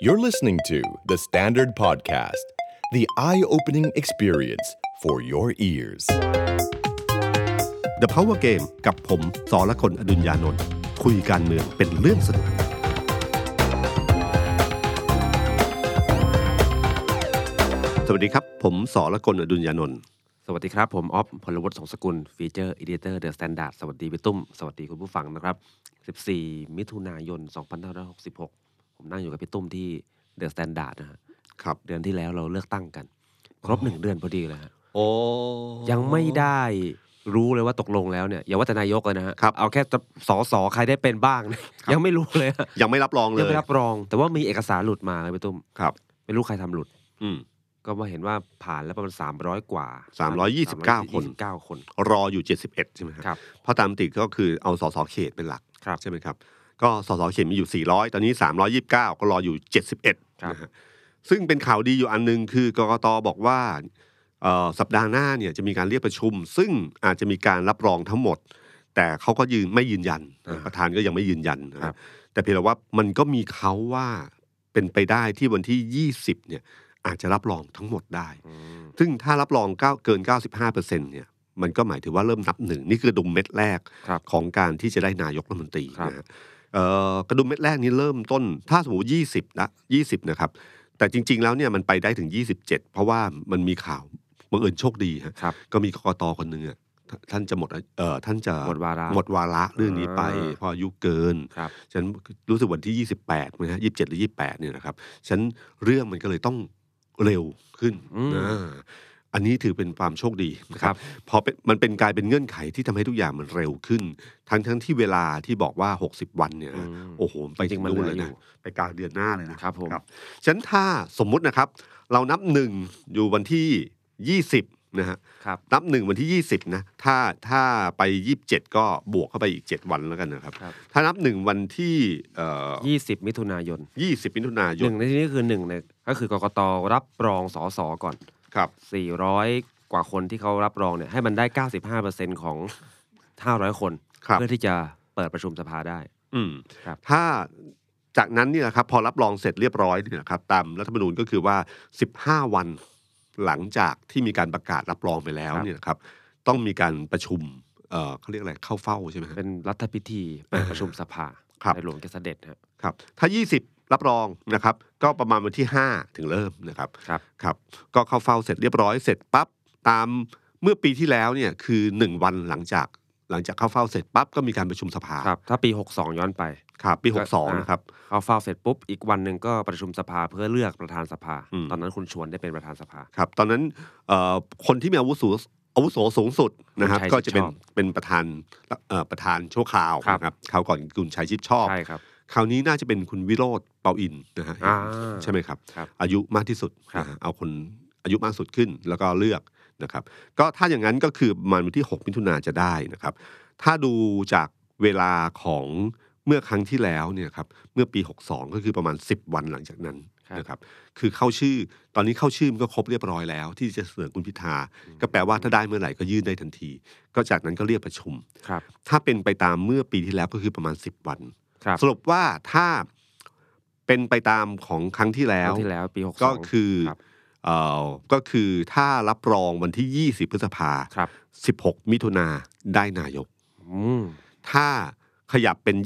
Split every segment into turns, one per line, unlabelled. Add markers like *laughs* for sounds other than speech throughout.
You're listening to The Standard Podcast, the eye opening experience for your ears.
The Power Game กับผมสอละคนอดุญญานนท์คุยการเมืองเป็นเรื่องสนุก สวัสดีครับ ผมสอละคนอดุญญานนท์
สวัสดีครับ ผมออฟพลวัตสงสกุลฟีเจอร์อดิเตอร์เดอะสแตนดาร์ดสวัสดีพี่ตุ้ม สวัสดีคุณผู้ฟังนะครับ 14 มิถุนายน 2566 ผมนั่งอยู่กับพี่ตุ้มที่เดอะสแตนดาร์ดนะฮะ
ครับ
เดือนที่แล้วเราเลือกตั้งกัน ครบหนึ่งเดือนพอดีเลยฮะ
โอ้
ยังไม่ได้รู้เลยว่าตกลงแล้วเนี่ย อย่าว่าแต่นายกเลยนะฮะ
ครับ
เอาแค่จะสอสอใครได้เป็นบ้างเนี่ยยังไม่รู้เลยฮะ
ยังไม่รับรองเล
ยัง
ย
ไม่รับรอง แต่ว่ามีเอกสารหลุดมาครับพี่ตุ้ม
ครับ
ไม่รู้ใครทำหลุด
อืม
ก็มาเห็นว่าผ่านแล้วประมาณ300 กว่า
329คน
9 คน
รออยู่ 71 ใช่ไหม
ครับ
เพราะตามปกติก็คือเอาสสเขตเป็นหลัก
ครับ
ใช่ไหมครับ ก็สสเขตมีอยู่ 400 ตอนนี้ 329 ก็รออยู่
ครับ
71นะฮะซึ่งเป็นข่าวดีอยู่อันหนึงคือกกตบอกว่าเอ่อสัปดาห์หน้าเนี่ยจะมีการเรียกประชุม ซึ่งอาจจะมีการรับรองทั้งหมด แต่เขาก็ยืนไม่ยืนยันนะ
อ่า
ประธานก็ยังไม่ยืนยันนะครับ แต่เพียงแต่ว่ามันก็มีเขาว่าเป็นไปได้ที่วันที่ 20เนี่ยอาจจะรับรองทั้งหมดได้
อืม
ซึ่งถ้ารับรองเก้าเกิน 95%เนี่ย มันก็หมายถึงว่าเริ่มนับหนึ่ง นี่คือกระดุมเม็ดแรก
ครับ
ของการที่จะได้นายกรัฐมนตรี
ครับ
นะฮะเอ่อกระดุมเม็ดแรกนี้เริ่มต้น ถ้าสมมติ 20 นะ 20 นะครับ แต่จริง ๆ แล้วเนี่ยมันไปได้ถึง 27 เพราะว่ามันมีข่าวบังเอิญโชคดีฮะ
ครับ
ก็มีกกตคนหนึ่งอะท่ท่านจะหมดเอ่อท่านจะ
หมดวาระ
หมดวาระเรื่องนี้ไป
อ่า
เพออายุเกิน
ครับ
ฉันรู้สึกวันที่ 28มั้งฮะยี่สิบเจ็ดหรือยี่สิบแปดเนี่ยนะครับ ฉันเรื่องมันก็เลยต้องเร็วขึ้น
อืม
อ่าอันนี้ถือเป็นความโชคดีนะค
ครั
รับบ พอเป็นมันเป็นกลายเป็นเงื่อนไขที่ทำให้ทุกอย่างมันเร็วขึ้น ทั้งทั้งที่เวลาที่บอกว่า 60 วันเนี่ยนะ
ม
โอ้โหไป
จริ
ถึ
ง
ง
ๆมัน
นู่น
เหลื
เล
อย อยู่
นะไปกลางเดือนหน้าเลยนะครับ
ผม
ฉะนันถ้าสมมุตินะครับ เรานับหนึ่งอยู่วันที่ 20นะฮะ
ครับ
นับหนึ่งวันที่ยี่สิบนะถ้าถ้าไปยี่สิบเจ็ดก็บวกเข้าไปอีกเจ็ดวันแล้วกันนะครับ
ครับ
ถ้านับหนึ่งวันที่
ยี่สิบมิถุนายน
ยี่สิบมิถุนาย
ห
น
นึ่งในที่นี้คือหนึ่งในก็คือกกตรับรองสสก่อน
ครับ
400 กว่าคนที่เขารับรองเนี่ยให้มันได้ 95%ของ 500 คน
ครับ
เพื่อที่จะเปิดประชุมสภาได้
อืม
ครับ
ถ้าจากนั้นเนี่ยนะครับพอรับรองเสร็จเรียบร้อยเนี่ยนะครับตามรัฐธรรมนูญก็คือว่าสิบห้าวันหลังจากที่มีการประกาศรับรองไปแล้วเนี่ยนะครับต้องมีการประชุมเอ่อเขาเรียกอะไรเข้าเฝ้าใช่ไหมฮะ
เป็นรัฐพิธีเปิดประชุมสภา
ครับ
ในหลวงแกเสด็จฮะ
ครับถ้า 20 รับรองนะครับ ก็ประมาณวันที่ 5 ถึงเริ่มนะครับ
ครับ
ครับ ก็เข้าเฝ้าเสร็จเรียบร้อยเสร็จปั๊บตามเมื่อปีที่แล้วเนี่ยคือ 1 วันหลังจากหลังจากเข้าเฝ้าเสร็จปั๊บก็มีการประชุมสภา
ครับ ถ้าปี 62 ย้อนไป
ครับปี 62 นะครับ
เอาเฝ้าเสร็จปุ๊บ อีกวันหนึ่งก็ประชุมสภาเพื่อเลือกประธานสภา
อืม
ตอนนั้นคุณชวนได้เป็นประธานสภา
ครับตอนนั้นเอ่อคนที่มีอาวุโสอาวุโสสูงสุดนะครับ
คุณชัย
ก็จะเป็น
ชิดชอบ
เป็นประธานเอ่อประธานชั่วคราว
ครับ
นะครับคราวก่อนคุณชัยชิดชอบ
ใช่ครับ
คราวนี้น่าจะเป็นคุณวิโรธเปาอินนะฮะ
อ่า
ใช่ไหมครับ
ครับ
อายุมากที่สุด
ครับ
นะฮะเอาคนอายุมากสุดขึ้นแล้วก็เลือกนะครับ ก็ถ้าอย่างนั้นก็คือประมันวันที่ 6 มิถุนาจะได้นะครับ ถ้าดูจากเวลาของเมื่อครั้งที่แล้วเนี่ยครับเมื่อปี 62 ก็คือประมาณ 10 วันหลังจากนั้นนะครับ คือเข้าชื่อตอนนี้เข้าชื่อมันก็ครบเรียบร้อยแล้ว ที่จะเสนอคุณพิธา ก็แปลว่าถ้าได้เมื่อไหร่ก็ยื่นได้ทันที ก็จากนั้นก็เรียกประชุม
ครับ
ถ้าเป็นไปตามเมื่อปีที่แล้วก็คือประมาณ 10 วัน
ครับ
สรุปว่าถ้าเป็นไปตามของครั้งที่แล้
ครั้
ว
งที่แล้วปี62
ก็คือ
ครับ
เอ่อก็คือถ้ารับรองวันที่ 20 พฤษภา
ครับ
16 มิถุนาได้นายก
อืม
ถ้าขยับเป็น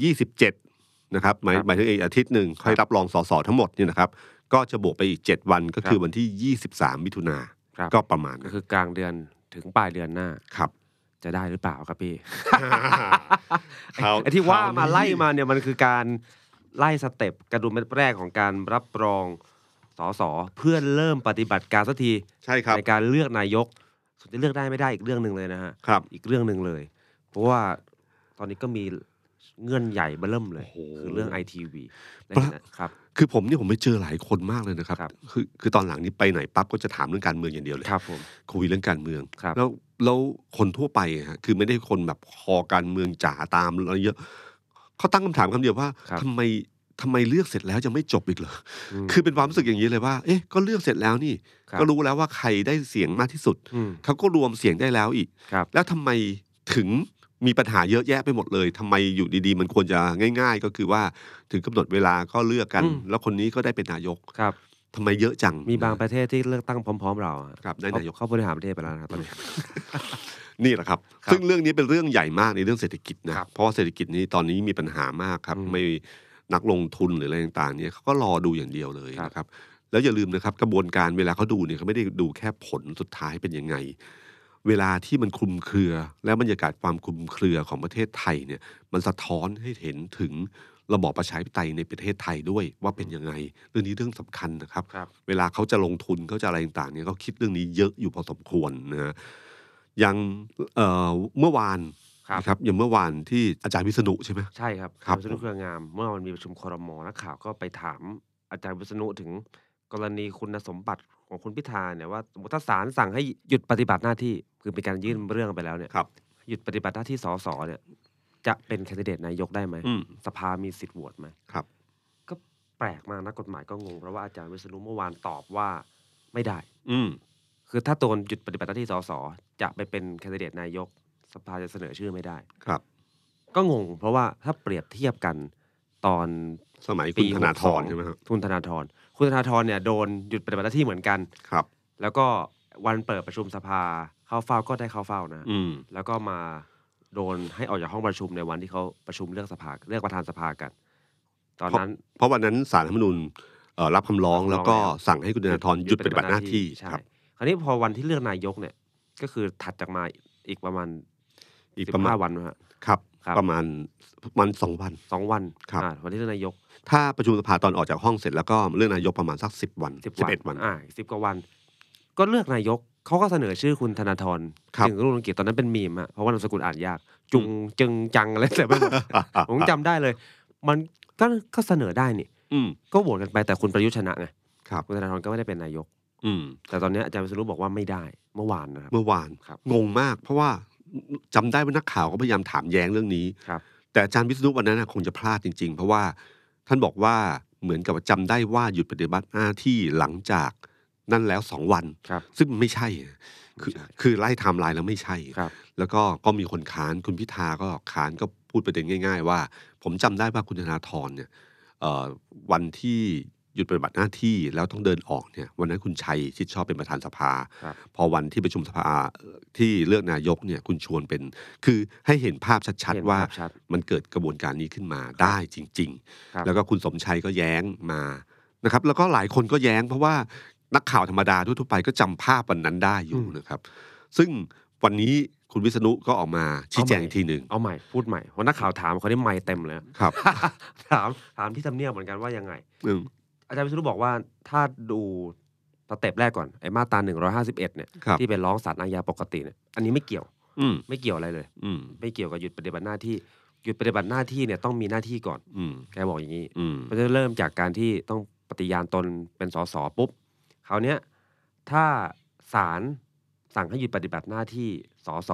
27 นะครับหมาย
ครับ
หมายถึงอีกอาทิตย์หนึ่งค่อยรับรองสสทั้งหมดเนี่ยนะครับ ก็จะบวกไปอีก 7 วันก็คือ
ครับ
วันที่ 23 มิถุนา
ครับ
ก็ประมาณ
ก็
นั้น
คือกลางเดือนถึงปลายเดือนหน้า
ครับ
จะได้หรือเปล่าครับพี่
คราว
ไอ้ที่ว่า
คราวนี้
มาไล่มาเนี่ยมันคือการไล่สเต็ปกระดุมเม็ดแรกของการรับรองสสเพื่อเริ่มปฏิบัติการสักที
ใช่ครับ
ในการเลือกนายกส่วนจะเลือกได้ไม่ได้อีกเรื่องหนึ่งเลยนะฮะ
ครับ
อีกเรื่องหนึ่งเลย เพราะว่าตอนนี้ก็มีเงื่อนใหญ่เบอเริ่มเลย
โอ้โห
คือเรื่องไอทีวี
ปะ
ครับ
คือผมเนี่ยผมไปเจอหลายคนมากเลยนะครับ
ครับ
คือคือตอนหลังนี้ไปไหนปั๊บก็จะถามเรื่องการเมืองอย่างเดียวเลย
ครับผม
คุยเรื่องการเมือง
ครับ
แล้วแล้วคนทั่วไปอะฮะคือไม่ได้คนแบบคอการเมืองจ๋าตามอะไรเยอะเขาตั้งคำถามคำเดียวว่า
ครับ
ทำไมทำไมเลือกเสร็จแล้วจะไม่จบอีกเหรออ
ม
คือเป็นความรู้สึกอย่างนี้เลยว่า เอ๊ะก็เลือกเสร็จแล้วนี่
ครับ
ก็รู้แล้วว่าใครได้เสียงมากที่สุด
อืม
เขาก็รวมเสียงได้แล้วอีก
ครับ
แล้วทำไมถึง มีปัญหาเยอะแยะไปหมดเลยทำไมอยู่ดีๆ มันควรจะง่าย ๆ ก็คือว่าถึงกำหนดเวลาก็เลือกกัน
อืม
แล้วคนนี้ก็ได้เป็นนายก
ครับ
ทำไมเยอะจัง
มีบางประเทศที่เลือกตั้งพร้อม ๆ เราอะ
ครับได้นายก
เขาบริหารประเทศไปแล้วนะครับตอนนี้
นี่แหละครับ
ครับ
ซึ่งเรื่องนี้เป็นเรื่องใหญ่มากในเรื่องเศรษฐกิจนะ
ครับ
เพราะว่าเศรษฐกิจนี้ตอนนี้มีปัญหามากครับ
อืม
ไม่นักลงทุนหรืออะไรต่างๆเนี่ยเขาก็รอดูอย่างเดียวเลย
ครับ
นะครับ แล้วอย่าลืมนะครับกระบวนการเวลาเขาดูเนี่ยเขาไม่ได้ดูแค่ผลสุดท้ายเป็นยังไง เวลาที่มันคลุมเครือ และบรรยากาศความคลุมเครือของประเทศไทยเนี่ยมันสะท้อนให้เห็นถึงระบอบประชาธิปไตยในประเทศไทยด้วยว่าเป็นยังไงเรื่องนี้เรื่องสำคัญนะครับ
ครับ
เวลาเขาจะลงทุนเขาจะอะไรต่างๆเนี่ยเขาคิดเรื่องนี้เยอะอยู่พอสมควรนะฮะ อย่างเอ่อเมื่อวาน
ครับ
นะครับอย่างเมื่อวานที่อาจารย์วิษณุใช่ไหม
ใช่ครับ
ครับ
วิษณุเครืองาม เมื่อวันมีประชุมครมนักข่าวก็ไปถามอาจารย์วิษณุถึงกรณีคุณสมบัติของคุณพิธาเนี่ยว่าสมมติถ้าศาลสั่งให้หยุดปฏิบัติหน้าที่คือเป็นการยื่นเรื่องไปแล้วเนี่ย
ครับ
หยุดปฏิบัติหน้าที่สสเนี่ย จะเป็นแคนดิเดตนายกได้ไหม
อืม
สภามีสิทธิ์โหวตไหม
ครับ
ก็แปลกมากนะกฎหมายก็งงเพราะว่าอาจารย์วิษณุเมื่อวานตอบว่าไม่ได้
อืม
คือถ้าโดนหยุดปฏิบัติหน้าที่สสจะไปเป็นแคนดิเดตนายก สภาจะเสนอชื่อไม่ได้
ครับ
ก็งง เพราะว่าถ้าเปรียบเทียบกันตอน
สมัยคุ
ปี
ณธนาธร
62
ใช่ไหมครับ
คุณธนาธรคุณธนาธรเนี่ยโดนหยุดปฏิบัติหน้าที่เหมือนกัน
ครับ
แล้วก็วันเปิดประชุมสภาเข้าเฝ้าก็ได้เข้าเฝ้านะ
อืม
แล้วก็มาโดนให้ออกจากห้องประชุมในวันที่เขาประชุมเลือกสภาเลือกประธานสภากัน ตอนนั้น
เพราะวันนั้นสารรัฐธรรมนูญเอ่อรับคำร้อง
รับ
แล้ว
คำร้อง
ก็
แล้ว
สั่งให้คุณธนาธรหยุดปฏิบัติหน้าที่
ใช่
ครับ
คราวนี้พอวันที่เลือกนายกเนี่ย ก็คือถัดจากมาอีกประมาณ
อีกประมาณ
15วันนะฮะ
ครับ
ครับ
ประมาณวันสองวัน
สองวัน
ครับ
อ่าวันที่เลือกนายก
ถ้าประชุมสภาตอนออกจากห้องเสร็จแล้วก็เรื่องนายกประมาณสักสิบวัน
สิบ
สิบ
วัน
เอ็ดวัน
อ่าสิบกว่าวัน ก็เลือกนายกเขาก็เสนอชื่อคุณธนาธร
ครับ
จึงรุ่งเรืองกิจตอนนั้นเป็นมีมอะเพราะว่านามสกุลอ่านยาก จุงจึงจังอะไร *laughs* แต่ไม่หมดผมจำได้เลย มันก็ก็เสนอได้นี่
อืม
ก็โหวตกันไปแต่คุณประยุทธ์ชนะไง
ครับ
คุณธนาธรก็ไม่ได้เป็นนายก
อืม
แต่ตอนเนี้ยอาจารย์วิษณุบอกว่าไม่ได้เมื่อวานนะครับ
เมื่อวาน
ครับ
งงมาก เพราะว่าจำได้ว่านักข่าวก็พยายามถามแย้งเรื่องนี้
ครับ
แต่อาจารย์วิษณุวันนั้นน่ะคงจะพลาดจริง ๆ เพราะว่าท่านบอกว่าเหมือนกับว่าจำได้ว่าหยุดปฏิบัติหน้าที่หลังจากนั่นแล้วสองวัน
ครับ
ซึ่งไม่ใช่คือ
ไม่ใช่
คือไล่ไทม์ไลน์แล้วไม่ใช่
ครับ
แล้วก็ก็มีคนค้านคุณพิธาก็ค้านก็พูดประเด็นง่าย ๆ ว่า ผมจำได้ว่าคุณธนาธรเนี่ยเอ่อวันที่หยุดปฏิบัติหน้าที่แล้วต้องเดินออกเนี่ยวันนั้นคุณชัยชิดชอบเป็นประธานสภา
ครับ
พอวันที่ประชุมสภาเอ่อที่เลือกนายกเนี่ยคุณชวนเป็น คือให้เห็นภาพชัด
เห็น
ๆว่า
ภาพชัด
มันเกิดกระบวนการนี้ขึ้นมาได้จริง
ครับ
ๆ แล้วก็คุณสมชัยก็แย้งมานะครับ แล้วก็หลายคนก็แย้งเพราะว่านักข่าวธรรมดาทั่วๆไปก็จำภาพวันนั้นได้อยู่นะครับ ซึ่งวันนี้คุณวิษณุก็ออกมาชี้แจงอีกทีหนึ่ง
เอาใหม่พูดใหม่เพราะนักข่าวถามเขาได้ไม่เต็มเลยอะ
ครับ
ถามถามที่ทำเนียบเหมือนกันว่ายังไง
อืม
อาจารย์วิษณุบอกว่าถ้าดูสเต็ปแรกก่อนไอ้มาตรา151เนี่ย
ครับ
ที่เป็นร้องศาลอาญาปกติเนี่ยอันนี้ไม่เกี่ยว
อืม
ไม่เกี่ยวอะไรเลย
อืม
ไม่เกี่ยวกับหยุดปฏิบัติหน้าที่หยุดปฏิบัติหน้าที่เนี่ยต้องมีหน้าที่ก่อน
อืม
แกบอกอย่างนี้
อืม
มันจะเริ่มจากการที่ต้องปฏิญาณตนเป็นสสปุ๊บคราวเนี้ยถ้าศาลสั่งให้หยุดปฏิบัติหน้าที่สส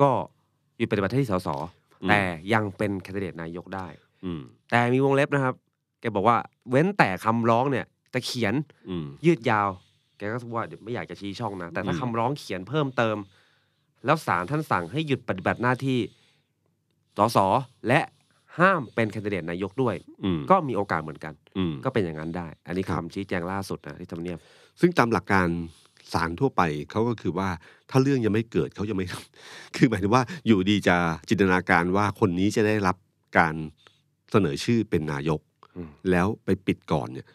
ก็หยุดปฏิบัติหน้าที่สสแต่ยังเป็นแคนดิเดตนายกได้
อืม
แต่มีวงเล็บนะครับ แกบอกว่าเว้นแต่คำร้องเนี่ยจะเขียน
อืม
ยืดยาว แกก็ว่าเดี๋ยวไม่อยากจะชี้ช่องนะ แต่ถ้า
อืม
คำร้องเขียนเพิ่มเติม แล้วศาลท่านสั่งให้หยุดปฏิบัติหน้าที่สสและห้ามเป็นแคนดิเดตนายกด้วย
อืม
ก็มีโอกาสเหมือนกัน
อืม
ก็เป็นอย่างนั้นได้ อันนี้
ครั
คำ
บ
ชี้แจงล่าสุดนะที่ทำเนียบ
ซึ่งตามหลักการศาลทั่วไปเขาก็คือว่าถ้าเรื่องยังไม่เกิดเขายังไม่ *laughs* คือหมายถึงว่าอยู่ดีจะจินตนาการว่าคนนี้จะได้รับการเสนอชื่อเป็นนายก
อืม
แล้วไปปิดก่อนเนี่ย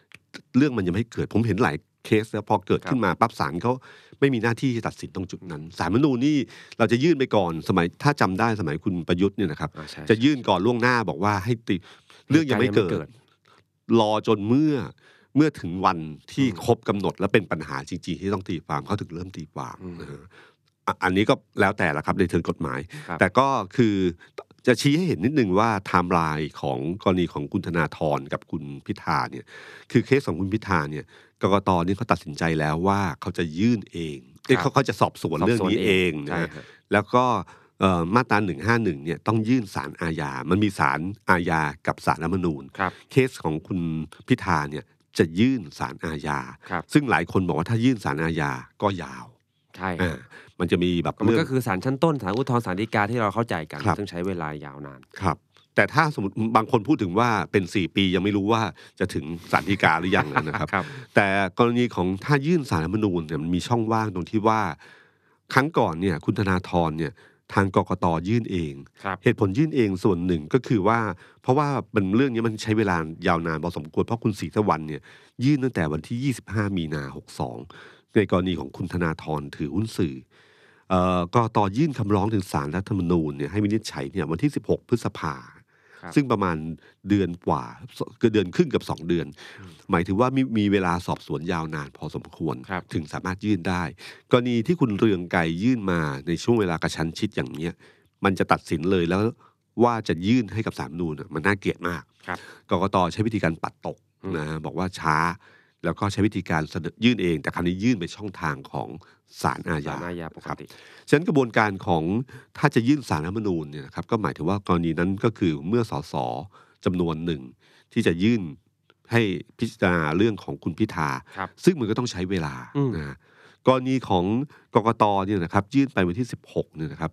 เรื่องมันยังไม่เกิด ผมเห็นหลายเคสแล้วพอเกิด
ครับ
ขึ้นมาปั๊บศาลเขาไม่มีหน้าที่จะตัดสินตรงจุดนั้นศาลรัฐธรรมนูญนี่เราจะยื่นไปก่อนสมัยถ้าจำได้สมัยคุณประยุทธ์เนี่ยนะครับ
อ่าใช่
จะยื่นก่อนล่วงหน้าบอกว่าให้ติเรื่องยังไม่เกิ
ยังไม่เกิ
ด
ด
รอจนเมื่อเมื่อถึงวันที่
อืม
ครบกำหนดและเป็นปัญหาจริงๆ ที่ต้องตีความเขาถึงเริ่มตีความ
อืม
นะฮะอ่ะอันนี้ก็แล้วแต่ละครับในเชิงกฎหมาย
ครับ
แต่ก็คือจะชี้ให้เห็นนิดนึงว่าไทม์ไลน์ของกรณีของคุณธนาธรกับคุณพิธาเนี่ย คือเคสของคุณพิธาเนี่ยกกตนี่เขาตัดสินใจแล้วว่าเขาจะยื่นเองเอ้ยเขาเขาจะสอบสวนเรื่องนี้เองนะ
ใช่
ฮะ
ครับ
แล้วก็เอ่อมาตรา151เนี่ยต้องยื่นสารอาญา มันมีสารอาญากับสารรัฐธรรมนูญ
ครับ
เคสของคุณพิธาเนี่ยจะยื่นสารอาญา
ครับ
ซึ่งหลายคนบอกว่าถ้ายื่นสารอาญาก็ยาว
ใช่
อ่า มันจะมีแบบ
มัน
เรื่อ
ก็
ง
คือศาลชั้นต้นศาลอุทธรณ์ศาลฎีกาที่เราเข้าใจกัน
ครับ
ซึ่งใช้เวลายาวนาน
ครับ แต่ถ้าสมมติบางคนพูดถึงว่าเป็น 4 ปียังไม่รู้ว่าจะถึงสารฎีกาหรือยังนะครับ
ครับ
แต่กรณีของถ้ายื่นสารรัฐธรรมนูญเนี่ยมันมีช่องว่างตรงที่ว่า ครั้งก่อนเนี่ยคุณธนาธรเนี่ยทางกกตยื่นเอง
ครับ
เหตุผลยื่นเองส่วนหนึ่งก็คือว่า เพราะว่ามันเรื่องนี้มันใช้เวลายาวนานพอสมควรเพราะคุณศรีสวรรณเนี่ยยื่นตั้งแต่วันที่ 25 มีนา 62 ในกรณีของคุณธนาธรถือหุ้นสื่อเอ่อก็ต่อยื่นคำร้องถึงสารรัฐธรรมนูญเนี่ยให้วินิจฉัยเนี่ยวันที่ 16 พฤษภา
ครับ
ซึ่งประมาณเดือนกว่าเกือบเดือนครึ่งกับ 2 เดือน หมายถึงว่ามีมีเวลาสอบสวนยาวนานพอสมควร
ครับ
ถึงสามารถยื่นได้ กรณีที่คุณเรืองไกรยื่นมาในช่วงเวลากระชั้นชิดอย่างเนี้ย มันจะตัดสินเลยแล้วว่าจะยื่นให้กับสามนูนน่ะมันน่าเกลียดมาก
ครับ
กกตใช้วิธีการปัดตก
อืม
นะบอกว่าช้า แล้วก็ใช้วิธีการเสนอยื่นเอง แต่คราวนี้ยื่นไปช่องทางของศาลอาญา
ศาลอาญาปก
ครับ
ติ
ฉะนั้นกระบวนการของถ้าจะยื่นสารรัฐธรรมนูญเนี่ยนะครับก็หมายถึงว่ากรณีนั้นก็คือเมื่อสสจำนวนหนึ่ง ที่จะยื่นให้พิจารณาเรื่องของคุณพิธา
ครับ
ซึ่งมันก็ต้องใช้เวลา
อืม
นะฮะกรณีของกกตเนี่ยนะครับยื่นไปวันที่ 16เนี่ยนะครับ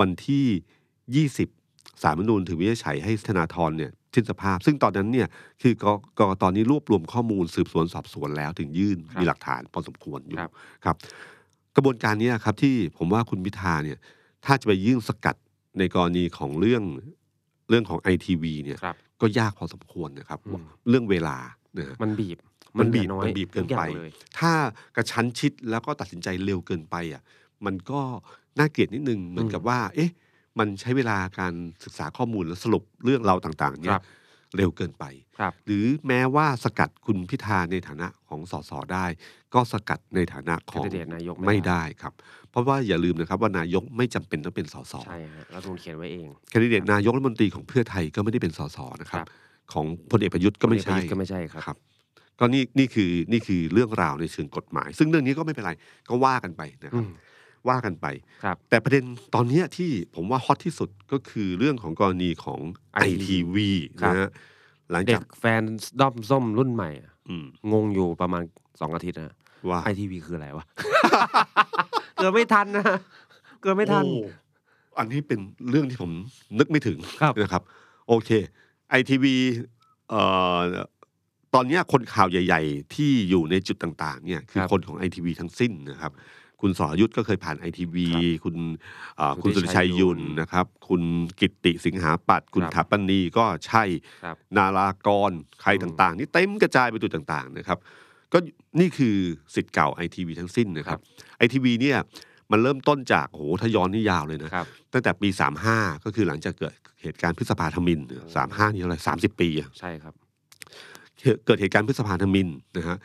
วันที่ 20สารรัฐธรรมนูญถึงวินิจฉัยให้ธนาธรเนี่ยสิ้นสภาพ ซึ่งตอนนั้นเนี่ยคือกกกตนี้รวบรวมข้อมูลสืบสวนสอบสวนแล้วถึงยื่น
ครับ
มีหลักฐานพอสมควรอยู่
ครับ
ครับ กระบวนการเนี้ครับที่ผมว่าคุณพิธาเนี่ยถ้าจะไปยื่นสกัดในกรณีของเรื่องเรื่องของไอทีวีเนี่ย
ครับ
ก็ยากพอสมควรนะครับ
อืม
เรื่องเวลานะฮะ
มันบีบ
มัน
เหลื
บีบ
ออย
มันบีบเกิน
ทุอย่าง
ไป
เลย
ถ้ากระชั้นชิดแล้วก็ตัดสินใจเร็วเกินไปอ่ะมันก็น่าเกลียดนิดนึงเหมือนกับว่า เอ๊ะ มันใช้เวลาการศึกษาข้อมูลและสรุปเรื่องเราวต่างๆ
ค
เนี่
รั
ย
บ
เร็วเกินไป
ครับ
หรือแม้ว่าสกัดคุณพิธาในฐานะของสสได้ ก็สกัดในฐานะของ
candidate นายกไม่
ไม่
ได้
ได้ครับ เพราะว่าอย่าลืมนะครับว่านายกไม่จำเป็นต้องเป็นสส
ใช่ฮะรัฐธรรมนูญเขียนไว้เอง
แคนดิเดตนายกรัฐมนตรีของเพื่อไทยก็ไม่ได้เป็นสสนะครับ
ครับ
ของพลเอกประยุทธ์ก็ไม่
พล
ใช่
เอกประยุทธ์ก็ไม่ใช่ครับ
ครับก็นี่นี่คือนี่คือเรื่องราวในเชิงกฎหมาย ซึ่งเรื่องนี้ก็ไม่เป็นไรก็ว่ากันไปนะค
อื
รับ
ม
ว่ากันไป
ครับ
แต่ประเด็นตอนเนี้ยที่ผมว่าฮอตที่สุดก็คือเรื่องของกรณีของ
ITV
ITV
ครับ
นะฮะหลัง
เด็
จาก
กแฟนด้อมส้มรุ่นใหม่อะ
อืม
งงอยู่ประมาณสองอาทิตย์นะ
ว่า
ไอทีวีคืออะไร
*laughs*
วะ เกือบไม่ทันนะเกือบไม่ทัน
โอ้อันนี้เป็นเรื่องที่ผมนึกไม่ถึง
ครับ
นะครับ โอเค ITV เอ่อตอนเนี้ยคนข่าวใหญ่ ๆ ที่อยู่ในจุดต่าง ๆ เนี่ยคือ
ครับ
คนของ ITV ทั้งสิ้นนะครับ คุณสรยุทธ์ก็เคยผ่าน ITV คุณเอ่อ
คุ
คุณ
ณ
สุรชัย
ชัยยุ
ยุน
น
นะครับ คุณกิตติสิงหาปัตย์คุณ
ครับ
ถาปนีก็ใช่
ครับ
นารากร ใคร
อืม
ต่างๆ นี่เต็มกระจายไปตัวต่างๆนะครับ ก็นี่คือสิทธิ์เก่า ITV ทั้งสิ้นนะครั
ครับ บ
ITV เนี่ยมันเริ่มต้นจากโหถ้าย้อนนี่ยาวเลยนะ
ครับ
ตั้งแต่ปี 35 ก็คือหลังจากเกิดเหตุการณ์พฤษภาธมิน35 นี่เท่าไหร่30 ปีอะ
ใช่ครับ
เกิดเหตุการณ์พฤษภาธมินนะฮะ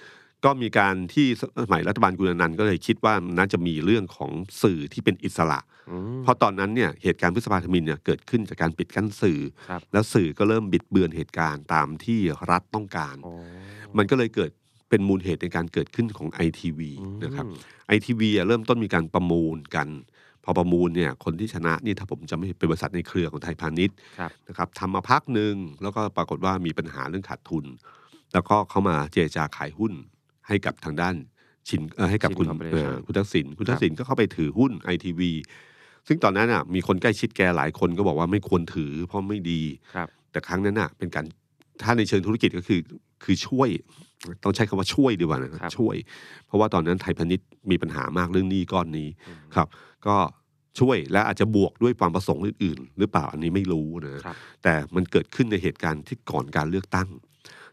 ก็มีการที่สมัยรัฐบาลกุลอนันต์ก็เลยคิดว่าน่าจะมีเรื่องของสื่อที่เป็นอิสระ
อืม
เพราะตอนนั้นเนี่ยเหตุการณ์พฤษภาธมินเนี่ยเกิดขึ้นจากการปิดกั้นสื่อ
ครับ
แล้วสื่อก็เริ่มบิดเบือนเหตุการณ์ตามที่รัฐต้องการ
โอ้
มันก็เลยเกิดเป็นมูลเหตุในการเกิดขึ้นของไอทีวีนะครับ
อืม
ไอทีวีเริ่มต้นมีการประมูลกัน พอประมูลเนี่ยคนที่ชนะนี่ถ้าผมจำไม่ผิดเป็นบริษัทในเครือของไทยพาณิชย์
ครับ
นะครับทำมาพักหนึ่งแล้วก็ปรากฏว่ามีปัญหาเรื่องขาดทุน แล้วก็เข้ามาเจรจาขายหุ้นให้กับทางด้านชินเอ่อให้กับ
ชิน
คุณ
Corporation
เอ่อคุณทักษิณคุณทักษิณก็เข้าไปถือหุ้นไอทีวีซึ่งตอนนั้นอ่ะมีคนใกล้ชิดแกหลายคนก็บอกว่าไม่ควรถือเพราะไม่ดี
ครับ
แต่ครั้งนั้นน่ะเป็นการถ้าในเชิงธุรกิจก็คือคือช่วย ต้องใช้คำว่าช่วยดีกว่านะครับ
ครับ
ช่วย เพราะว่าตอนนั้นไทยพาณิชย์มีปัญหามากเรื่องหนี้ก้อนนี้
อืม
ครับ ก็ช่วยและอาจจะบวกด้วยความประสงค์อื่นๆ หรือเปล่าอันนี้ไม่รู้นะ
ครับ
แต่มันเกิดขึ้นในเหตุการณ์ที่ก่อนการเลือกตั้ง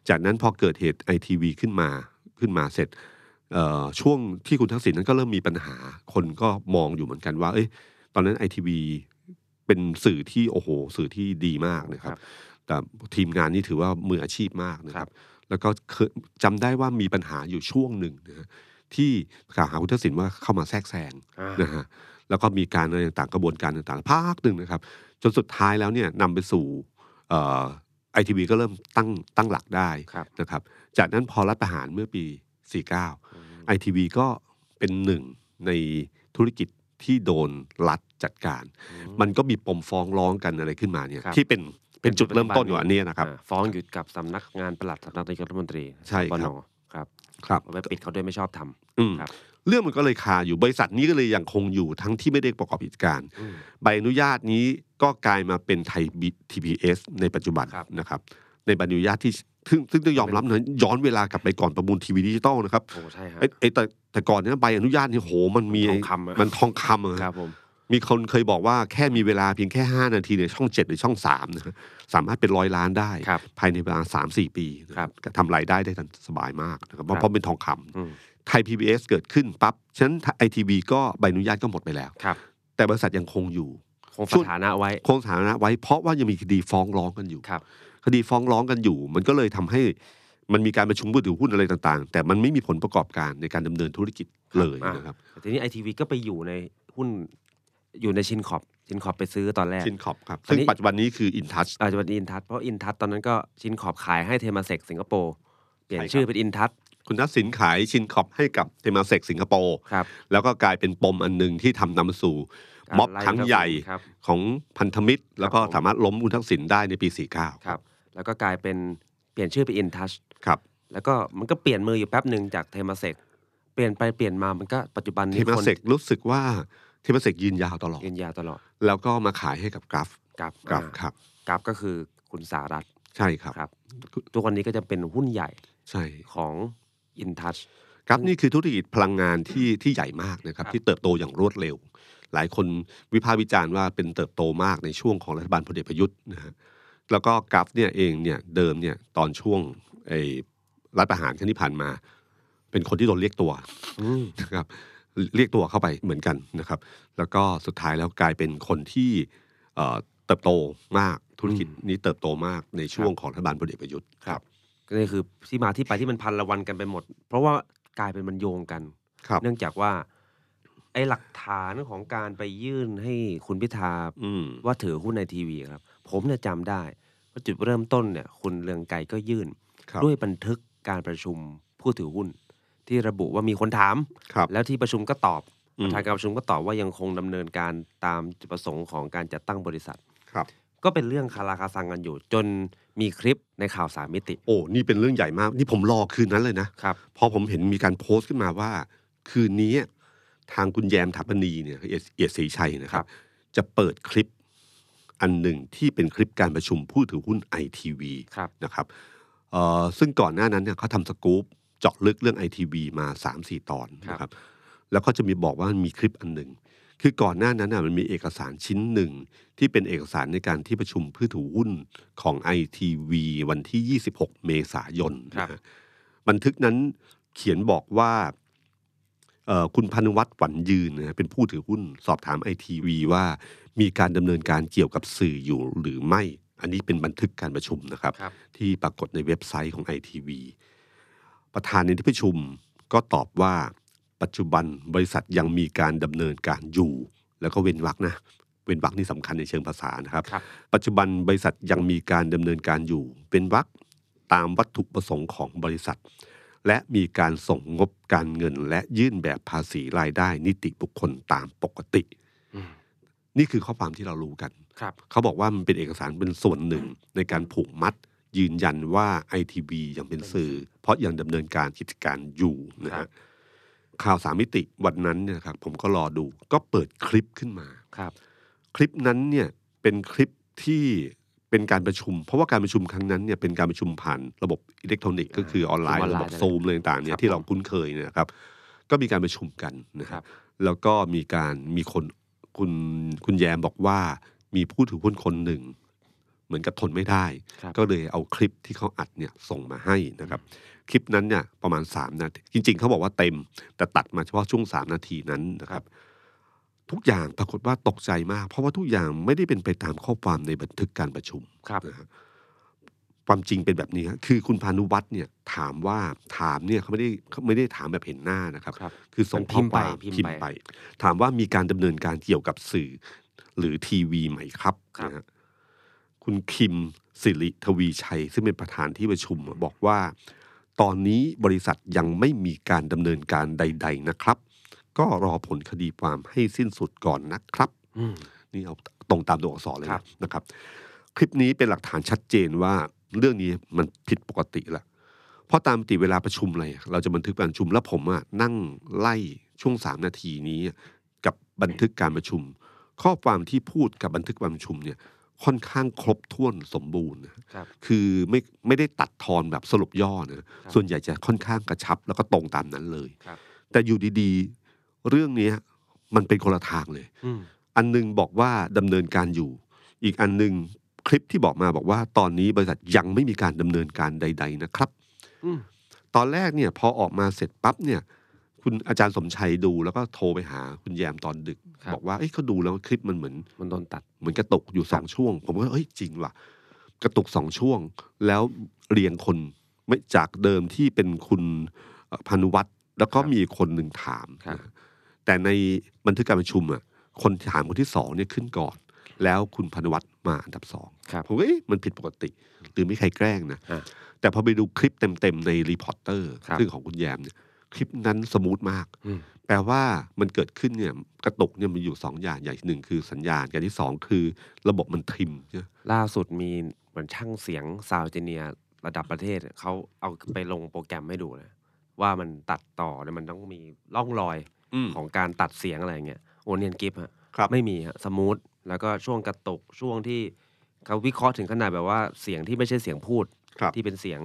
จากนั้นพอเกิดเหตุไอทีวีขึ้นมาขึ้นมาเสร็จเอ่อช่วงที่คุณทักษิณนั้นก็เริ่มมีปัญหา คนก็มองอยู่เหมือนกันว่า เอ้ย ตอนนั้นไอทีวีเป็นสื่อที่โอ้โห สื่อที่ดีมากนะครับ
ครับ
แต่ทีมงานนี่ถือว่ามืออาชีพมากนะค
ครั
รับ
บ
แล้วก็เคยจำได้ว่ามีปัญหาอยู่ช่วงหนึ่งนะฮะที่กล่าวหาคุณทักษิณว่าเข้ามาแทรกแซง
อ่า
นะฮะแล้วก็มีการอะไรต่างๆกระบวนการต่างๆภาคหนึ่งนะครับ จนสุดท้ายแล้วเนี่ยนำไปสู่ไอทีวีก็เริ่มตั้งตั้งหลักได้
ครับ
นะครับ จากนั้นพอรัฐประหารเมื่อปี 49 ITV ก็เป็นหนึ่งในธุรกิจที่โดนรัฐจัดการ
อืม
มันก็มีปมฟ้องร้องกันอะไรขึ้นมาเนี่ย
ครับ
ที่เป็นเป็นจุดเริ่มต้นของอันเนี้ยนะครับ
อ่าฟ้องหยุดกับสำนักงานปลัดสำนักนายกรัฐมนตรี
ใช่ครับ
ปนครับ
ครับ
เอาไปปิดเขาด้วยไม่ชอบทำ
อืม
ครับ
เรื่องมันก็เลยคาอยู่บริษัทนี้ก็เลยยังคงอยู่ทั้งที่ไม่ได้ประกอบกิจการ
อืม
ใบอนุญาตนี้ก็กลายมาเป็นไทย B- TPS ในปัจจุบัน
ครับ
นะครับ ในใบอนุญาตที่ซึ่งซึ่งต้องยอมรับนะย้อนเวลากลับไปก่อนประมูลทีวีดิจิตอลนะครับ
โอ้ใช่ฮะ
ไอ้ไอ้แต่แต่ก่อนเนี่ยใบอนุญาตนี่โหมันมี
ทองคำอะ
มันทองคำอะ
ครับผม
มีคนเคยบอกว่าแค่มีเวลาเพียงแค่ 5 นาทีในยช่อง 7 หรือช่อง3นะฮะสามารถเป็นร้อยล้านได้
ครับ
ภายในเวลา 3-4 ปีนะครับ ก็ทำรายได้ได้ทันสบายมากนะครับเพ
ครั
ราะ
บ
เพราะเป็นทองค
อืม
ำไทย PBS เกิดขึ้นปั๊บฉะนั้นไอทีวีก็ใบอนุญาตก็หมดไปแล้ว
ครับ
แต่บริษัทยังคงอยู่
คง
ช่
ส
วง
ถานะไว้
คงสถานะไว้เพราะว่ายังมีคดีฟ้องร้องกันอยู่
ครับ
คดีฟ้องร้องกันอยู่ มันก็เลยทำให้มันมีการประชุมผู้ถือหุ้นอะไรต่างๆ แต่มันไม่มีผลประกอบการในการดำเนินธุรกิจเลย
อ่าน
นะครับ
แต่ทีนี้ไอทีวีก็ไปอยู่ในหุ้น อยู่ในชินขอบ ชินขอบไปซื้อตอนแรก
ชินขอบครับ
อันนี้
ซึ่งปัจจุบันนี้คืออินทัช
อาจจะเป็นอินทัศเพราะอินทัศตอนนั้นก็ชินขอบขายให้เทมาเซกสิงคโปร์เปลี่ยน
ใช่ครับ
ชื่อเป็นอินทัศ
คุณทัศสินขายชินขอบให้กับเทมาเซกสิงคโปร์
ครับ
แล้วก็กลายเป็นปมอันหนึ่งที่ทำนำมาสู่
การ
ม็อบ
ไล่
ครั้งใหญ่
ครับ
ของพันธมิตร แล้วก็
ครับผม
สามารถล้มคุณทักษิณได้ในปี 49
ครับ แล้วก็กลายเป็นเปลี่ยนชื่อเป็นอินทัช
ครับ
แล้วก็มันก็เปลี่ยนมืออยู่แป๊บหนึ่งจากเทมาเซกเปลี่ยนไปเปลี่ยนมามันก็ปัจจุบัน
เท
นี้
มา
คน
เซกรู้สึกว่าเทมาเซกยืนยาวตลอด
ยืนยาวตลอด
แล้วก็มาขายให้กับกราฟ
กับ
กราฟค
อ่า
รับ
กับก็คือคุณสารัตน์
ใช่ครับ
ครับ ทุกวันนี้ก็จะเป็นหุ้นใหญ่
ใช่
ของอินทัช
ครับนี่คือธุรกิจพลังงานที่ที่ใหญ่มากนะครับ
ครับ
ที่เติบโตอย่างรวดเร็ว หลายคนวิพากษ์วิจารณ์ว่าเป็นเติบโตมากในช่วงของรัฐบาลพลเอกประยุทธ์นะฮะแล้วก็กราฟเนี่ยเองเนี่ยเดิมเนี่ยตอนช่วงไอ้รัฐประหารครั้งที่ผ่านมา เป็นคนที่โดนเรียกตัว
อืม
นะครับเรียกตัวเข้าไปเหมือนกันนะครับ แล้วก็สุดท้ายแล้วกลายเป็นคนที่เอ่อเติบโตมากธุรกิจนี้เติบโตมากในช่วงของรัฐบาลพลเอกประยุทธ์ครับ
ก็นี่คือที่มาที่ไปที่มันพันละวันกันไปหมด เพราะว่ากลายเป็นมันโยงกัน
ครับ
เนื่องจากว่า ไอ้หลักฐานของการไปยื่นให้คุณพิธา
อืม
ว่าถือหุ้นในทีวีครับ ผมเนี่ยจำได้ว่าจุดเริ่มต้นเนี่ยคุณเรืองไกรก็ยื่น
ครับ
ด้วยบันทึกการประชุมผู้ถือหุ้น ที่ระบุว่ามีคนถาม
ครับ
แล้วที่ประชุมก็ตอบ
อืม
ประธานการประชุมก็ตอบว่ายังคงดำเนินการตามจุดประสงค์ของการจัดตั้งบริษัท
ครับ
ก็เป็นเรื่องคาราคาซังกันอยู่ จนมีคลิปในข่าวสามมิติ
โอ้ นี่เป็นเรื่องใหญ่มาก นี่ผมรอคืนนั้นเลยนะ
ครับ
พอผมเห็นมีการโพสต์ขึ้นมาว่า คืนนี้ทางคุณแยมถัปนีเนี่ยเอียดเอียดศรีชัยนะครั
ครับ บ
จะเปิดคลิปอันหนึ่งที่เป็นคลิปการประชุมผู้ถือหุ้นไอทีวี
ครับ
นะครับเอ่อซึ่งก่อนหน้านั้นเนี่ยเขาทำสกู๊ปเจาะลึกเรื่องไอทีวีมา 3 4 ตอน
ครับ
นะครับ แล้วก็จะมีบอกว่ามีคลิปอันหนึ่ง คือก่อนหน้านั้นน่ะมันมีเอกสารชิ้นหนึ่ง ที่เป็นเอกสารในการที่ประชุมผู้ถือหุ้นของไอทีวีวันที่ 26 เมษายนนะ
ครั
ฮะ
บ
บันทึกนั้นเขียนบอกว่าเอ่อคุณพานุวัตรหวันยืนนะฮะเป็นผู้ถือหุ้นสอบถามไอทีวีว่า มีการดำเนินการเกี่ยวกับสื่ออยู่หรือไม่ อันนี้เป็นบันทึกการประชุมนะครับ
ครับ
ที่ปรากฏในเว็บไซต์ของไอทีวีประธานในที่ประชุมก็ตอบว่าปัจจุบันบริษัทยังมีการดำเนินการอยู่ แล้วก็เว้นวรรคนะ เว้นวรรคนี่สำคัญในเชิงภาษานะครับ
ครับ
ปัจจุบันบริษัทยังมีการดำเนินการอยู่ เป็นวรรคตามวัตถุประสงค์ของบริษัท และมีการส่งงบการเงิน และยื่นแบบภาษีรายได้ นิติบุคคลตามปกติ
อืม
นี่คือข้อความที่เรารู้กัน
ครับ
เขาบอกว่ามันเป็นเอกสารเป็นส่วนหนึ่งในการผูกมัด ยืนยันว่าไอทีบียังเป็นสื่อ เพราะยังดำเนินการกิจการอยู่นะ
ครั
ฮะ
บ
ข่าวสามมิติวันนั้นเนี่ยครับผมก็รอดูก็เปิดคลิปขึ้นมา
ครับ
คลิปนั้นเนี่ยเป็นคลิปที่เป็นการประชุม เพราะว่าการประชุมครั้งนั้นเนี่ยเป็นการประชุมผ่านระบบอิเล็กทรอนิกส์ก็คือออนไลน์
ออนไล
ระ
น์
บบ
นั่นแหละ
ซูมอะไรต่างๆเนี่
ครั
ย
บ
ที่เรา
ผม
คุ้นเคยเนยนะครับ ก็มีการประชุมกันนะค
ครั
รับบ แล้วก็มีการมีคนคุณคุณแยมบอกว่ามีผู้ถือหุ้นคนหนึ่ง เหมือนกับทนไม่ได้
ครับ
ก็เลยเอาคลิปที่เขาอัดเนี่ยส่งมาให้นะครับ คลิปนั้นเนี่ยประมาณ 3 นาที จริง ๆ เขาบอกว่าเต็ม แต่ตัดมาเฉพาะช่วง 3 นาทีนั้นนะครับ ทุกอย่างปรากฏว่าตกใจมาก เพราะว่าทุกอย่างไม่ได้เป็นไปตามข้อความในบันทึกการประชุม
ครับ
นะฮะความจริงเป็นแบบนี้ฮะคือคุณพานุวัฒน์เนี่ยถามว่าถามเนี่ยเขาไม่ได้เขาไม่ได้ถามแบบเห็นหน้านะครับ
ครับ
คือส่ง
มันพิ
ข้อ
มพ์
ความ
ไปพิมพ์
พิมพ์ไป ถามว่ามีการดำเนินการเกี่ยวกับสื่อ หรือทีวีไหมครับ
ครับ
นะฮะคุณคิมสิริทวีชัย ซึ่งเป็นประธานที่ประชุมอะบอกว่า ตอนนี้บริษัทยังไม่มีการดำเนินการใด ๆนะครับ ก็รอผลคดีความให้สิ้นสุดก่อนนะครับ
อืม
นี่เอาตรงตามตัวอักษรเลย
ครั
นะ
บ
นะครับ คลิปนี้เป็นหลักฐานชัดเจนว่าเรื่องนี้มันผิดปกติละเพราะตามปกติเวลาประชุมอะไร เราจะบันทึกการประชุมแล้วผมอะนั่งไล่ ช่วง 3 นาทีนี้ กับบันทึกการประชุม ข้อความที่พูดกับบันทึกการประชุมเนี่ยค่อนข้างครบถ้วนสมบูรณ์นะครับ คือไม่ไม่ได้ตัดทอนแบบสรุปย่อนะส่วนใหญ่จะค่อนข้างกระชับแล้วก็ตรงตามนั้นเลย
ครับ
แต่อยู่ดีๆ เรื่องเนี้ยมันเป็นคนละทางเลย
อืม
อันหนึงบอกว่าดำเนินการอยู่ อีกอันหนึงคลิปที่บอกมาบอกว่าตอนนี้บริษัทยังไม่มีการดำเนินการใด ๆ นะครับ
อืม
ตอนแรกเนี่ยพอออกมาเสร็จปั๊บเนี่ย คุณอาจารย์สมชัยดูแล้วก็โทรไปหาคุณแยมตอนดึก
ครับ
บอกว่าเอ้ยเขาดูแล้วคลิปมันเหมือน
มันโดนตัด
เหมือนกระตุกอยู่สองช่วง ผมก็เอ้ยจริงว่ะ กระตุกสองช่วง แล้วเรียงคนไม่จากเดิมที่เป็นคุณเอ่อพานุวัตรแล้วก็
ครับ
มีคนหนึ่งถาม
ครับ
นะแต่ในบันทึกการประชุมอ่ะคนถามคนที่สองเนี่ยขึ้นก่อน แล้วคุณพานุวัตรมาอันดับสอง
ครับ
ผมก็เอ๊ะมันผิดปกติ หรือไม่ใครแกล้งนะ
อ่ะ
แต่พอไปดูคลิปเต็มๆในรีพอร์เตอร์
ครับ
เรื่องของคุณแยมเนี่ยคลิปนั้นสมูทมาก
อืม
แปลว่ามันเกิดขึ้นเนี่ยกระตุกเนี่ยมันอยู่สองอย่างใหญ่หนึ่งคือสัญญาณอย่างที่สองคือระบบมันทริมใช่ไหม
ล่าสุดมีเหมือนช่างเสียงซาวเจเนียระดับประเทศเขาเอาไปลงโปรแกรมให้ดูนะว่ามันตัดต่อเนี่ยมันต้องมีร่องรอย
ข
ข
อ
อง งการตัดเสียงอะไรอย่างเงี้ยโอเนียนกิฟฮะ
ครับ
ไม่มีฮะสมูทแล้วก็ช่วงกระตุกช่วงที่เขาวิเคราะห์ถึงขนาดแบบว่าเสียงที่ไม่ใช่เสียงพูด
ครับ
ที่เป็นเสียง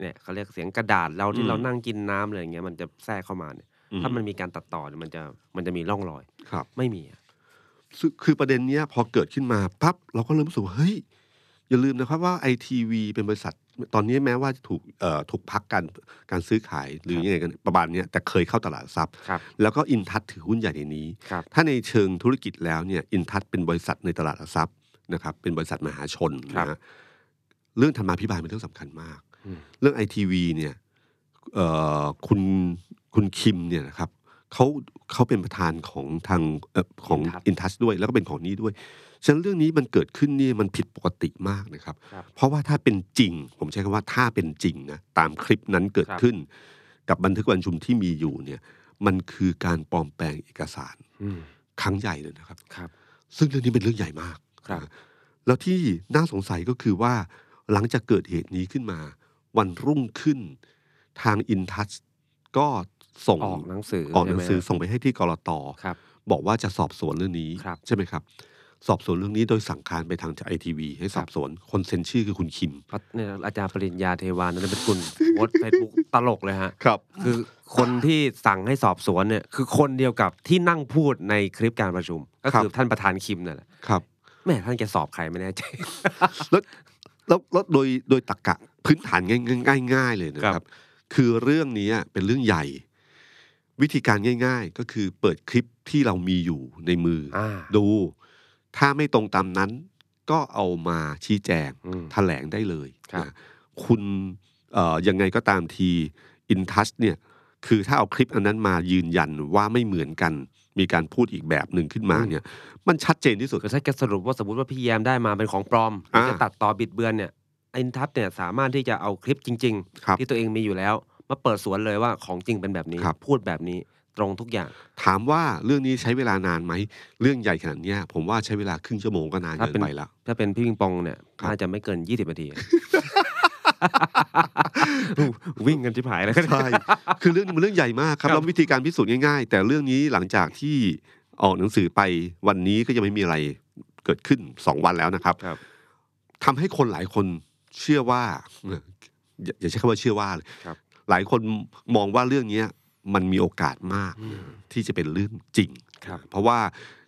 เนี่ยเขาเรียกเสียงกระดาษเราที่
อืม
เรานั่งกินน้ำอะไรอย่างเงี้ยมันจะแทรกเข้ามาเนี่ย
อื
ถ้ามันมีการตัดต่อเนี่ยมันจะมันจะมีร่องรอย
ครับ
ไม่มีอะ
ซึ่งคือประเด็นเนี้ยพอเกิดขึ้นมาปั๊บเราก็เริ่มรู้สึกว่าเฮ้ย อย่าลืมนะครับว่าไอทีวีเป็นบริษัท ตอนนี้แม้ว่าจะถูกเอ่อถูกพักการการซื้อขายหรือยังไงกันประมาณเนี้ยแต่เคยเข้าตลาดหลักทรัพย์
ครับ
แล้วก็อินทัศน์ถือหุ้นใหญ่ในนี้
ครับ
ถ้าในเชิงธุรกิจแล้วเนี่ยอินทัศเป็นบริษัทในตลาดหลักทรัพย์นะครับเป็นบริษัทมหาชนนะฮะเรื่องธรรมาภิบาลเป็นเรื่องสำคัญมาก
อืม
เรื่องไอทีวีเนี่ยเอ่อคุณคุณคิมเนี่ยนะครับเขาเขาเป็นประธานของทางเอ่อของอินทัชด้วย แล้วก็เป็นของนี้ด้วย ฉะนั้นเรื่องนี้มันเกิดขึ้นเนี่ยมันผิดปกติมากนะครับ
ครับ
เพราะว่าถ้าเป็นจริง ผมใช้คำว่าถ้าเป็นจริงนะตามคลิปนั้นเกิด
ครับ
ขึ้น กับบันทึกวันชุมที่มีอยู่เนี่ยมันคือการปลอมแปลงเอกสาร
อืม
ครั้งใหญ่เลยนะครับ
ครับ
ซึ่งเรื่องนี้เป็นเรื่องใหญ่มาก
ครับ
นะแล้วที่น่าสงสัยก็คือว่าหลังจากเกิดเหตุนี้ขึ้นมา วันรุ่งขึ้นทางอินทัชก็ส่ง
ออกหนังสือ
ออกหนังสือ
ใช่ไมฮะ
ส่งไปให้ที่กรต
ครับ
บอกว่าจะสอบสวนเรื่องนี้
ครับ
ใช่ไหมครับ สอบสวนเรื่องนี้โดยสั่งการไปทางจากไอทีวีให้สอบ
ครับ
สวนคนเซ็นชื่อคือคุณคิม
พัดเนี่ยอาจารย์ปริญญาเทวานนท์เป็นกุลโพสเฟซบุ๊กตลกเลยฮะ
ครับ
คือคนที่สั่งให้สอบสวนเนี่ยคือคนเดียวกับที่นั่งพูดในคลิปการประชุม ก็
ครั
คือบ ท่านประธานคิมนั่นแหละ
ครับ
แม่ท่านแกสอบใครไม่แน่ใจ
แล้วแล้วแล้วโดยโดยตรกกะพื้นฐานง่ายง่ายง่ายเลยนะค
ครั
รับ
บ
คือเรื่องนี้เป็นเรื่องใหญ่ วิธีการง่าย ๆ ก็คือเปิดคลิปที่เรามีอยู่ในมืออ
อ่า
ดู ถ้าไม่ตรงตามนั้น ก็เอามาชี้แจง
อืม
แถลงได้เลย
ครับ
นะคุณเอ่อยังไงก็ตามทีอินทัชเนี่ย คือถ้าเอาคลิปอันนั้นมายืนยันว่าไม่เหมือนกัน มีการพูดอีกแบบหนึ่งขึ้นมาเนี่ย มันชัดเจนที่สุด
คือถ้าแกสรุปว่าสมมติว่าพี่แยมได้มาเป็นของปลอมหรือจะ
อ่า
ตัดต่อบิดเบือนเนี่ยอินทัศน์เนี่ยสามารถที่จะเอาคลิปจริง
ครับ
ๆ ที่ตัวเองมีอยู่แล้ว มาเปิดสวนเลยว่าของจริงเป็นแบบนี้
ครับ
พูดแบบนี้ตรงทุกอย่าง
ถามว่าเรื่องนี้ใช้เวลานานไหม เรื่องใหญ่ขนาดเนี้ยผมว่าใช้เวลาครึ่งชั่วโมงก็นานเกิ
ถ้า
น
เป็น
ไปละ
ถ้าเป็นพี่ปิงปองเนี่ย
ครับ
น่าจะไม่เกิน 20นาที *laughs* วิ่งกันที่ผายเลย
ใช่ คือเรื่องนี้มันเรื่องใหญ่มากครับ
ครับ
แล้ววิธีการพิสูจน์ง่ายๆ แต่เรื่องนี้หลังจากที่ออกหนังสือไปวันนี้ก็ยังไม่มีอะไรเกิดขึ้นสองวันแล้วนะครับ
ครับ
ทำให้คนหลายคนเชื่อว่าอย่าอย่าใช้คำว่าเชื่อว่าเลย
ครับ
หลายคนมองว่าเรื่องเนี้ยมันมีโอกาสมาก ที่จะเป็นเรื่องจริง
ครับ
เพราะว่า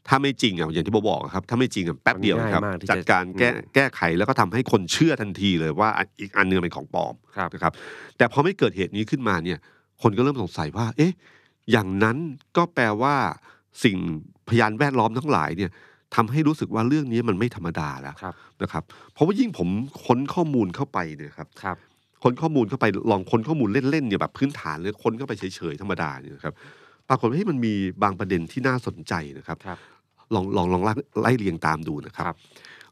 ถ้าไม่จริงอ่ะอย่างที่ผมบอกอะครับถ้าไม่จริงอ่ะแป๊บเดียวนะครับ
มันง่ายมากที่จะ
จัดการแก้
อืม
แก้ไขแล้วก็ทำให้คนเชื่อทันทีเลยว่าอันอีกอันหนึงเป็นของปลอม
ครับ
นะครับ แต่พอไม่เกิดเหตุนี้ขึ้นมาเนี่ย คนก็เริ่มสงสัยว่า เอ๊ะ อย่างนั้นก็แปลว่าสิ่งพยานแวดล้อมทั้งหลายเนี่ยทำให้รู้สึกว่าเรื่องนี้มันไม่ธรรมดาแล้ว
ครับ
นะครับ เพราะว่ายิ่งผมค้นข้อมูลเข้าไปเนี่ยครับ
ครับ
ค้นข้อมูลเข้าไปลองค้นข้อมูลเล่นๆเนี่ยแบบพื้นฐานเลยค้นเข้าไปเฉยๆธรรมดาเนี่ยนะครับปรากฏว่าเฮ้ยมันมีบางประเด็นที่น่าสนใจนะครับ
ครับ
ลองลองลองไล่ไล่เรียงตามดูนะครับ
ครับ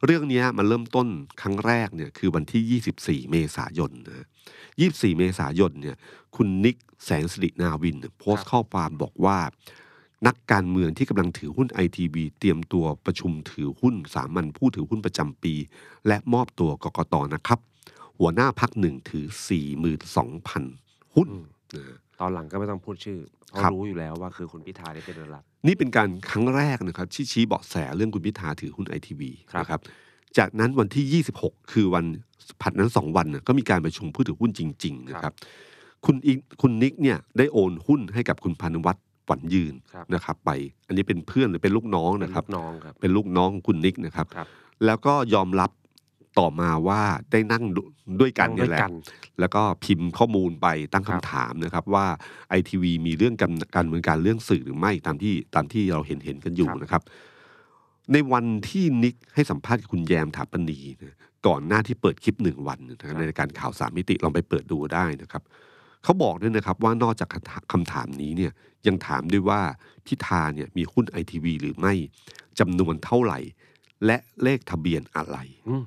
เรื่องเนี้ยมันเริ่มต้นครั้งแรกเนี่ยคือวันที่ 24 เมษายนนะฮะ24 เมษายนเนี่ยคุณนิกแสงสิรินาวินเนี่ยโพสต์
ครับ
ข้อความบอกว่า นักการเมืองที่กำลังถือหุ้นไอทีบีเตรียมตัวประชุมถือหุ้นสามัญผู้ถือหุ้นประจำปี และมอบตัวกกตนะครับ หัวหน้าพักหนึ่งถือ 42,000 หุ้นนะฮะ
ตอนหลังก็ไม่ต้องพูดชื่อเพราะ
ครับ
รู้อยู่แล้วว่าคือคุณพิธาได้เป็นรัฐ
นี่เป็นการครั้งแรกนะครับที่ชี้เบาะแสเรื่องคุณพิธาถือหุ้นไอทีวี
ครับ
นะครับ จากนั้นวันที่ 26 คือวันผัดนั้น 2 วันน่ะก็มีการประชุมผู้ถือหุ้นจริง ๆ นะครับ คุณอิคุณนิกเนี่ยได้โอนหุ้นให้กับคุณพานุวัฒน์หวันยืน
ครับ
นะครับ ไป อันนี้เป็นเพื่อนหรือเป็นลูกน้อง
เป็น
นะค
ลู
รับ
กน้องครับ
เป็นลูกน้องของคุณนิกนะครับ
ครับ
แล้วก็ยอมรับต่อมาว่าได้นั่งดูด้วยกันเนี่ยแหละ
นั่งด้วย
แล้วก็พิมพ์ข้อมูลไปตั้ง
ครั
คำ
บ
ถามนะครับ ว่าไอทีวีมีเรื่องการการเมืองการเรื่องสื่อหรือไม่ตามที่ตามที่เราเห็นเห็นกันอยู่นะครับ ในวันที่นิกให้สัมภาษณ์กับคุณแยมถาปนีนะก่อนหน้าที่เปิดคลิปหนึ่งวันนะครับในรายการข่าวสามมิติลองไปเปิดดูได้นะครับ เขาบอกด้วยนะครับว่านอกจากคำถามคำถามนี้เนี่ยยังถามด้วยว่าพิธาเนี่ยมีหุ้นไอทีวีหรือไม่จำนวนเท่าไหร่ และเลขทะเบียนอะไร
อืม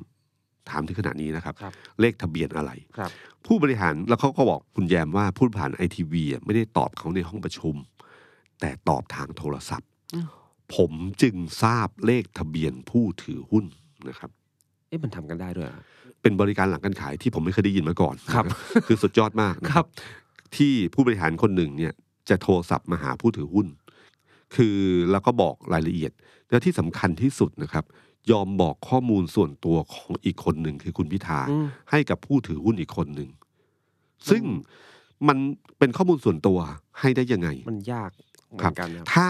ถามถึงขนาดนี้นะครับ
ครับ
เลขทะเบียนอะไร
ครับ
ผู้บริหารแล้วเขาก็บอกคุณแยมว่าผู้บริหารไอทีวีไม่ได้ตอบเขาในห้องประชุม แต่ตอบทางโทรศัพท์
อ้าว
ผมจึงทราบเลขทะเบียนผู้ถือหุ้นนะครับ
เอ๊ะมันทำกันได้ด้วยเหรอ
เป็นบริการหลังการขายที่ผมไม่เคยได้ยินมาก่อน
ครับ
นะคือสุดยอดมากนะครับ ที่ผู้บริหารคนหนึ่งเนี่ยจะโทรศัพท์มาหาผู้ถือหุ้น คือแล้วก็บอกรายละเอียด และที่สำคัญที่สุดนะครับ ยอมบอกข้อมูลส่วนตัวของอีกคนหนึ่งคือคุณพิธา
อืม
ให้กับผู้ถือหุ้นอีกคนหนึ่ง ซึ่งมันเป็นข้อมูลส่วนตัวให้ได้ยังไง
มันยากเหมื
ครั
อบ นกันนะครับ
ถ้า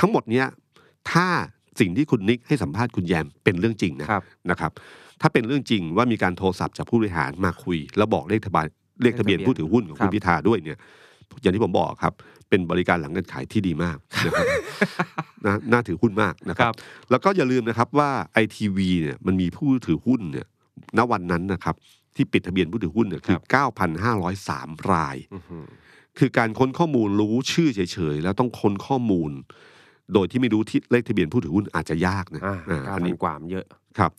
ทั้งหมดเนี้ยถ้าสิ่งที่คุณนิกให้สัมภาษณ์คุณแยมเป็นเรื่องจริงนะครับ นะครับ ถ้าเป็นเรื่องจริงว่ามีการโทรศัพท์จากผู้บริหารมาคุย แล้วบอกเลขทะเบียนเลขทะเบียนผู้ถือหุ้นของ
ครั
คุ
บ
ณพิธาด้วยเนี่ย อย่างที่ผมบอกครับ เป็นบริการหลังเงื่อนไขที่ดีมากนะครับ *laughs* นะน่าถือหุ้นมากนะครับ แล้วก็อย่าลืมนะครับว่าไอทีวีเนี่ยมันมีผู้ถือหุ้นเนี่ยณวันนั้นนะครับ ที่ปิดทะเบียนผู้ถือหุ้นเนี่ยคือ 9,503 ราย
อื้อหือ
คือการค้นข้อมูลรู้ชื่อเฉยๆ แล้วต้องค้นข้อมูล โดยที่ไม่รู้ที่เลขทะเบียนผู้ถือหุ้นอาจจะยากนะ
อ่า
อ่า
เก้า
อัน
พั
นี้
นกว่ามนเยอะ
ครับ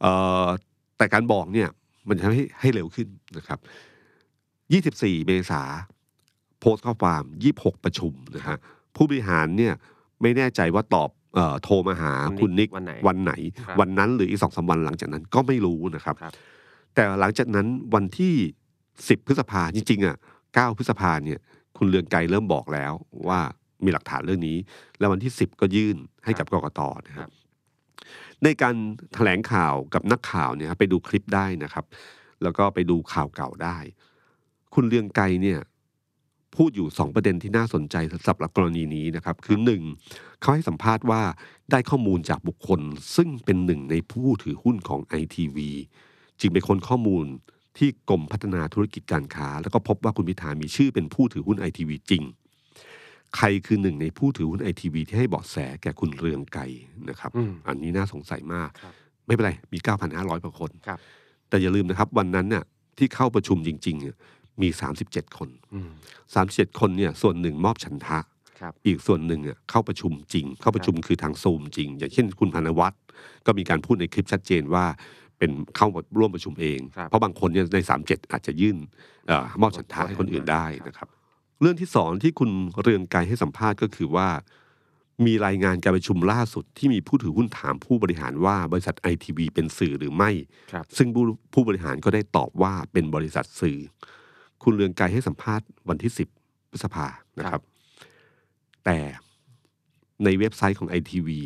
เอ่อแต่การบอกเนี่ยมันจะทำให้ให้เร็วขึ้นนะครับ 24 เมษาโพสต์ข้อความ 26 ประชุมนะฮะผู้บริหารเนี่ยไม่แน่ใจว่าตอบเอ่อโทรมาหา
คุ
คุณ ณ
นิ
นิ
ก
ก
วันไหน
วันไหน
ครับ
วันนั้นหรืออีกสองสามวันหลังจากนั้นก็ไม่รู้นะครับ
ครับ
แต่หลังจากนั้นวันที่ 10 พฤษภาจริงๆอ่ะ9พฤษภาเนี่ยคุณเลืองไกรเริ่มบอกแล้วว่ามีหลักฐานเรื่องนี้ แล้ววันที่ 10 ก็ยื่นให้กับกกตนะค
ครั
รับ บ ในการแถลงข่าวกับนักข่าวเนี่ยครับไปดูคลิปได้นะครับ แล้วก็ไปดูข่าวเก่าได้ คุณเลืองไกรเนี่ย พูดอยู่สองประเด็นที่น่าสนใจสำหรับกรณีนี้นะครับ คือหนึ่งเขาให้สัมภาษณ์ว่าได้ข้อมูลจากบุคคล ซึ่งเป็นหนึ่งในผู้ถือหุ้นของไอทีวีจึงไปค้นข้อมูลที่กรมพัฒนาธุรกิจการค้า แล้วก็พบว่าคุณพิธามีชื่อเป็นผู้ถือหุ้นไอทีวีจริง ใครคือหนึ่งในผู้ถือหุ้นไอทีวีที่ให้เบาะแสแก่คุณเรืองไกรนะครับ
อืม
อันนี้น่าสงสัยมาก
ครับ
ไม่เป็นไร มี 9,500กว่าคน
ครับ
แต่อย่าลืมนะครับ วันนั้นน่ะที่เข้าประชุมจริงๆเนี่ยมี 37 คน
อืม
37 คนเนี่ยส่วนหนึ่งมอบฉันทะ
ครับ
อีกส่วนหนึ่งอ่ะเข้าประชุมจริง เข้าประชุมคือทางซูมจริง อย่างเช่นคุณพานวัตรก็มีการพูดในคลิปชัดเจนว่า เป็นเข้าร่วมประชุมเอง
ครับ
เพราะบางคนเนี่ยใน 37 อาจจะยื่นเอ่อมอบฉันทะให้คนอื่นได้นะครับ เรื่องที่สองที่คุณเรืองไกรให้สัมภาษณ์ก็คือว่า มีรายงานการประชุมล่าสุดที่มีผู้ถือหุ้นถามผู้บริหารว่าบริษัทไอทีวีเป็นสื่อหรือไม่
ครับ
ซึ่งผู้ผู้บริหารก็ได้ตอบว่าเป็นบริษัทสื่อ คุณเรืองไกรให้สัมภาษณ์วันที่ 10 พฤษภานะครับ แต่ในเว็บไซต์ของไอทีวี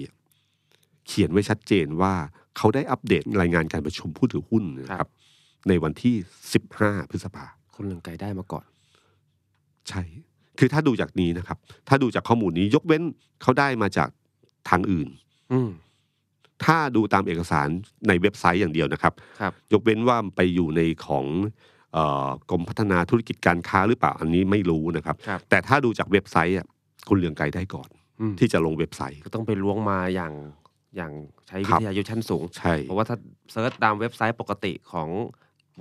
เขียนไว้ชัดเจนว่าเขาได้อัปเดตรายงานการประชุมผู้ถือหุ้นนะค
ครั
รับ บ ในวันที่ 15 พฤษภา
คุณเรืองไกรได้มาก่อน
ใช่ คือถ้าดูจากนี้นะครับ ถ้าดูจากข้อมูลนี้ยกเว้นเขาได้มาจากทางอื่น
อืม
ถ้าดูตามเอกสารในเว็บไซต์อย่างเดียวนะครับ
ครับ
ยกเว้นว่าไปอยู่ในของเออกรมพัฒนาธุรกิจการค้าหรือเปล่าอันนี้ไม่รู้นะครับ
ครับ
แต่ถ้าดูจากเว็บไซต์อะคุณเรืองไกรได้ก่อน
อืม
ที่จะลงเว็บไซต์
ก็ต้องไปล้วงมาอย่างอย่างใช้
ค
วิ
รับ
ทยายุทธ์ชั้นสูง
ใช่
เพราะว่าถ้าเซิร์ชตามเว็บไซต์ปกติของ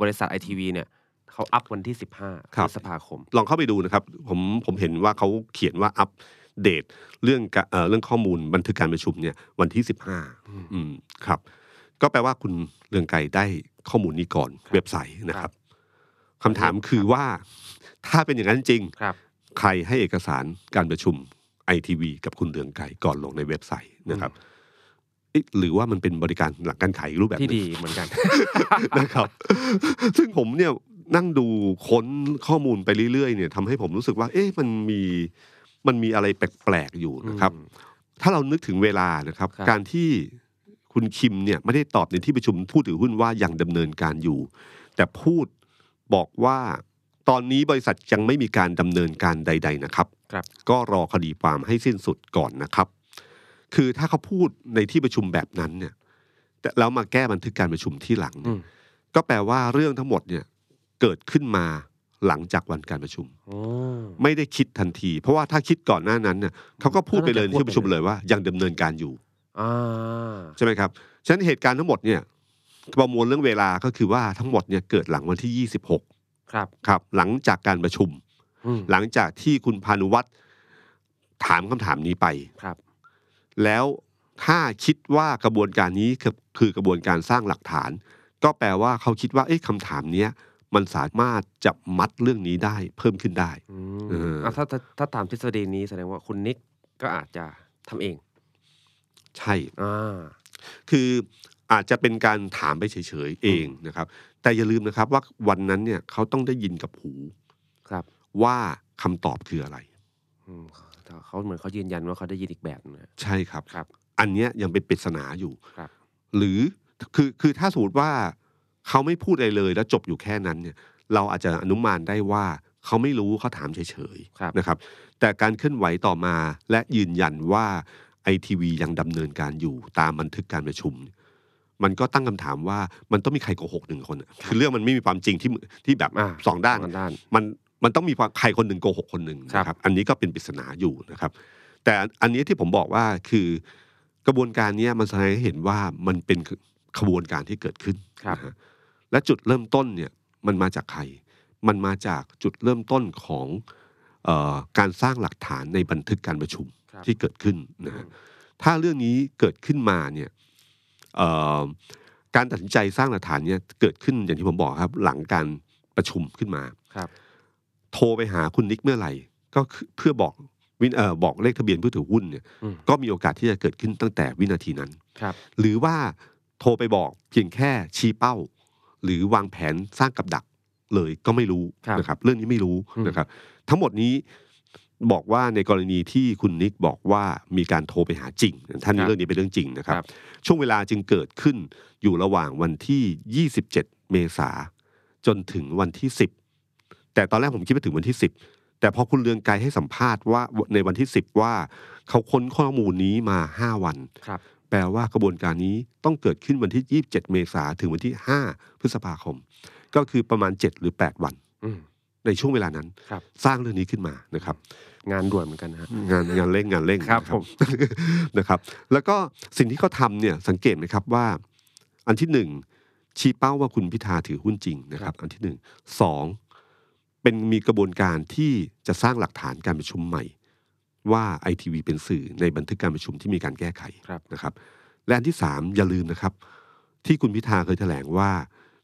บริษัทไอทีวีเนี่ยเขาอัพวันที่ 15พฤษภาคม
ลองเข้าไปดูนะครับ ผมผมเห็นว่าเขาเขียนว่าอัปเดตเรื่องกะเอ่อเรื่องข้อมูลบันทึกการประชุมเนี่ยวันที่ 15 อืมครับ ก็แปลว่าคุณเรืองไกรได้ข้อมูลนี้ก่อนเว็บไซต์นะครับคำถามคือว่าถ้าเป็นอย่างนั้นจริง
ครับ
ใครให้เอกสารการประชุมไอทีวีกับคุณเดืองไก่ก่อนลงในเว็บไซต์นะครับเอ๊ะหรือว่ามันเป็นบริการหลังการขายอีกรูปแบบห
ที่
นึ่
ดี
ง
เหมือนกัน
นะครับ *laughs* ซึ่งผมเนี่ย นั่งดูค้นข้อมูลไปเรื่อยๆเนี่ยทำให้ผมรู้สึกว่า เอ๊ะมันมีมันมีอะไรแปลกๆอยู่นะครับ
อืม
ถ้าเรานึกถึงเวลานะครับ
ครับ
การที่คุณคิมเนี่ยไม่ได้ตอบในที่ประชุมผู้ถือหุ้นว่ายังดำเนินการอยู่ แต่พูดบอกว่าตอนนี้บริษัทยังไม่มีการดำเนินการใด ๆนะครับ
ครับ
ก็รอคดีความให้สิ้นสุดก่อนนะครับ คือถ้าเขาพูดในที่ประชุมแบบนั้นเนี่ยแต่แล้วมาแก้บันทึกการประชุมที่หลัง
อื
เนี่ย
ม
ก็แปลว่าเรื่องทั้งหมดเนี่ยเกิดขึ้นมาหลังจากวันการประชุม
โอ้
ไม่ได้คิดทันที เพราะว่าถ้าคิดก่อนหน้านั้นเนี่ยเขาก็พูดไปเลยในที่ประชุมเลยว่า ยังดำเนินการอยู่
อ่า
ใช่ไหมครับ ฉะนั้นเหตุการณ์ทั้งหมดเนี่ยประมวลเรื่องเวลาก็คือว่าทั้งหมดเนี่ยเกิดหลังวันที่ 26
ครับ
ครับ หลังจากการประชุม
อืม
หลังจากที่คุณพานุวัตรถามคำถามนี้ไป
ครับ
แล้วถ้าคิดว่ากระบวนการนี้คือคือกระบวนการสร้างหลักฐาน ก็แปลว่าเขาคิดว่าเอ๊ะคำถามเนี้ยมันสามารถจะมัดเรื่องนี้ได้เพิ่มขึ้นได้
อื
เอออ่
มะถ้าถ้าถ้าตามทฤษฎีนี้แสดงว่าคุณนิกก็อาจจะทำเอง
ใช่
อ่า
คืออาจจะเป็นการถามไปเฉยๆเองนะครับ แต่อย่าลืมนะครับว่าวันนั้นเนี่ยเขาต้องได้ยินกับหู
ครับ
ว่าคำตอบคืออะไร
อืมเขาเขาเหมือนเขายืนยันว่าเขาได้ยินอีกแบบนึงนะ
ใช่ครับ
ครับ
อันเนี้ยยังเป็นปริศนาอยู่
ครับ
หรือคือคือถ้าสมมติว่าเขาไม่พูดอะไรเลยแล้วจบอยู่แค่นั้นเนี่ย เราอาจจะอนุมานได้ว่าเขาไม่รู้เขาถามเฉย
ครับ
ๆนะครับ แต่การเคลื่อนไหวต่อมาและยืนยันว่าไอทีวียังดำเนินการอยู่ตามบันทึกการประชุมเนี่ยมันก็ตั้งคำถามว่ามันต้องมีใครโกหกหนึ่งคนอะคือเรื่องมันไม่มีความจริงที่ที่แบบ
อ่า
สองด้าน
สองด้าน
มันมันต้องมีความใครคนหนึ่งโกหกคนหนึ่ง
ครับ
นะครับ อันนี้ก็เป็นปริศนาอยู่นะครับ แต่อันนี้ที่ผมบอกว่าคือกระบวนการเนี้ยมันแสดงให้เห็นว่ามันเป็นขบวนการที่เกิดขึ้น
ครับ
นะฮะและจุดเริ่มต้นเนี่ยมันมาจากใคร มันมาจากจุดเริ่มต้นของเออการสร้างหลักฐานในบันทึกการประชุม
ครับ
ที่เกิดขึ้นนะฮะถ้าเรื่องนี้เกิดขึ้นมาเนี่ยเอ่อการตัดสินใจสร้างหลักฐานเนี่ยเกิดขึ้นอย่างที่ผมบอกครับหลังการประชุมขึ้นมา
ครับ
โทรไปหาคุณนิกเมื่อไหร่ ก็คือเพื่อบอกวินเอ่อบอกเลขทะเบียนผู้ถือหุ้นเนี่ย
อืม
ก็มีโอกาสที่จะเกิดขึ้นตั้งแต่วินาทีนั้น
ครับ
หรือว่าโทรไปบอกเพียงแค่ชี้เป้า หรือวางแผนสร้างกับดักเลยก็ไม่รู้
ครับ
นะครับ เรื่องนี้ไม่รู้
อืม
นะครับ ทั้งหมดนี้บอกว่าในกรณีที่คุณนิกบอกว่ามีการโทรไปหาจริงท่านนี้เรื่องนี้เป็นเรื่องจริงนะครับ ช่วงเวลาจึงเกิดขึ้นอยู่ระหว่างวันที่ 27 เมษาจนถึงวันที่ 10 แต่ตอนแรกผมคิดว่าถึงวันที่ 10 แต่พอคุณเรืองไกรให้สัมภาษณ์ว่าในวันที่ 10 ว่าเขาค้นข้อมูลนี้มา 5 วัน
ครับ
แปลว่ากระบวนการนี้ต้องเกิดขึ้นวันที่ 27 เมษาถึงวันที่ 5 พฤษภาคม ก็คือประมาณ 7 หรือ 8 วัน
อืม
ในช่วงเวลานั้น
ครับ
สร้างเรื่องนี้ขึ้นมานะครับ
งานด่วนเหมือนกันนะฮะ
งานงานเร่งงานเร่ง
ครับ
นะ
ผม
*laughs* นะครับ แล้วก็สิ่งที่เขาทำเนี่ยสังเกตไหมครับว่า อันที่หนึ่งชี้เป้าว่าคุณพิธาถือหุ้นจริงนะครับ อันที่หนึ่งสองเป็นมีกระบวนการที่จะสร้างหลักฐานการประชุมใหม่ ว่าไอทีวีเป็นสื่อในบันทึกการประชุมที่มีการแก้ไข
ครับ
นะครับ และอันที่สามอย่าลืมนะครับ ที่คุณพิธาเคยแถลงว่า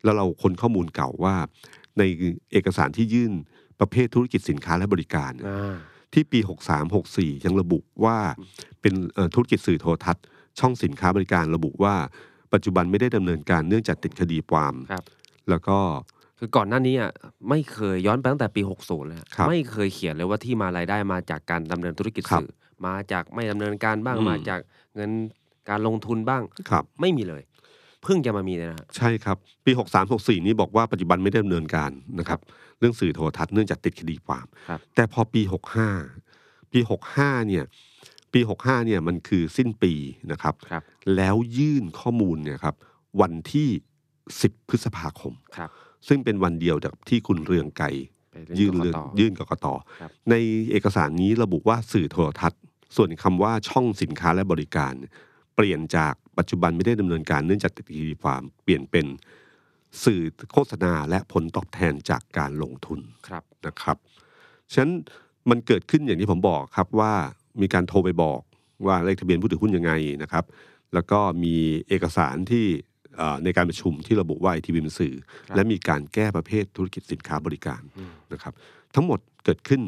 แล้วเราคนข้อมูลเก่าว่า ในเอกสารที่ยื่นประเภทธุรกิจสินค้าและบริการเนี่ย
อ่า
ที่ปี 63 64 ยังระบุว่าเป็นเอ่อธุรกิจสื่อโทรทัศน์ ช่องสินค้าบริการระบุว่า ปัจจุบันไม่ได้ดำเนินการเนื่องจากติดคดีความ
ครับ
แล้วก็
คือก่อนหน้านี้อ่ะไม่เคยย้อนไปตั้งแต่ปี 60เลยฮะ
ครับ
ไม่เคยเขียนเลยว่าที่มารายได้มาจากการดำเนินธุรกิจ
ครับ
สื่อ มาจากไม่ดำเนินการบ้าง
อืม
มาจากเงินการลงทุนบ้าง
ครับ
ไม่มีเลย เพิ่งจะมามีเนี่ยนะฮะ
ใช่ครับ ปี 63 64 นี้บอกว่าปัจจุบันไม่ได้ดำเนินการนะครับ เรื่องสื่อโทรทัศน์เนื่องจากติดคดีความ
ครับ
แต่พอปี 65 ปี 65 เนี่ยปี 65 เนี่ยมันคือสิ้นปีนะครับ
ครับ
แล้วยื่นข้อมูลเนี่ยครับวันที่ 10 พฤษภาคม
ครับ
ซึ่งเป็นวันเดียวกับที่คุณเรืองไกร
ไปเรื่
ยื่
อง
น
ก
เรื่อง
กต
ยื่นกกต
ครับ
ในเอกสารนี้ระบุว่าสื่อโทรทัศน์ ส่วนคำว่าช่องสินค้าและบริการ เปลี่ยนจากปัจจุบันไม่ได้ดำเนินการเนื่องจากติดคดีความเปลี่ยนเป็นสื่อโฆษณาและผลตอบแทนจากการลงทุน
ครับ
นะครับฉะนั้นมันเกิดขึ้นอย่างที่ผมบอกครับว่ามีการโทรไปบอกว่าเลขทะเบียนผู้ถือหุ้นยังไงนะครับ แล้วก็มีเอกสารที่เอ่อในการประชุมที่ระบุว่าไอทีวีเป็นสื่อ และมีการแก้ประเภทธุรกิจสินค้าบริการ
อืม
นะครับทั้งหมดเกิดขึ้น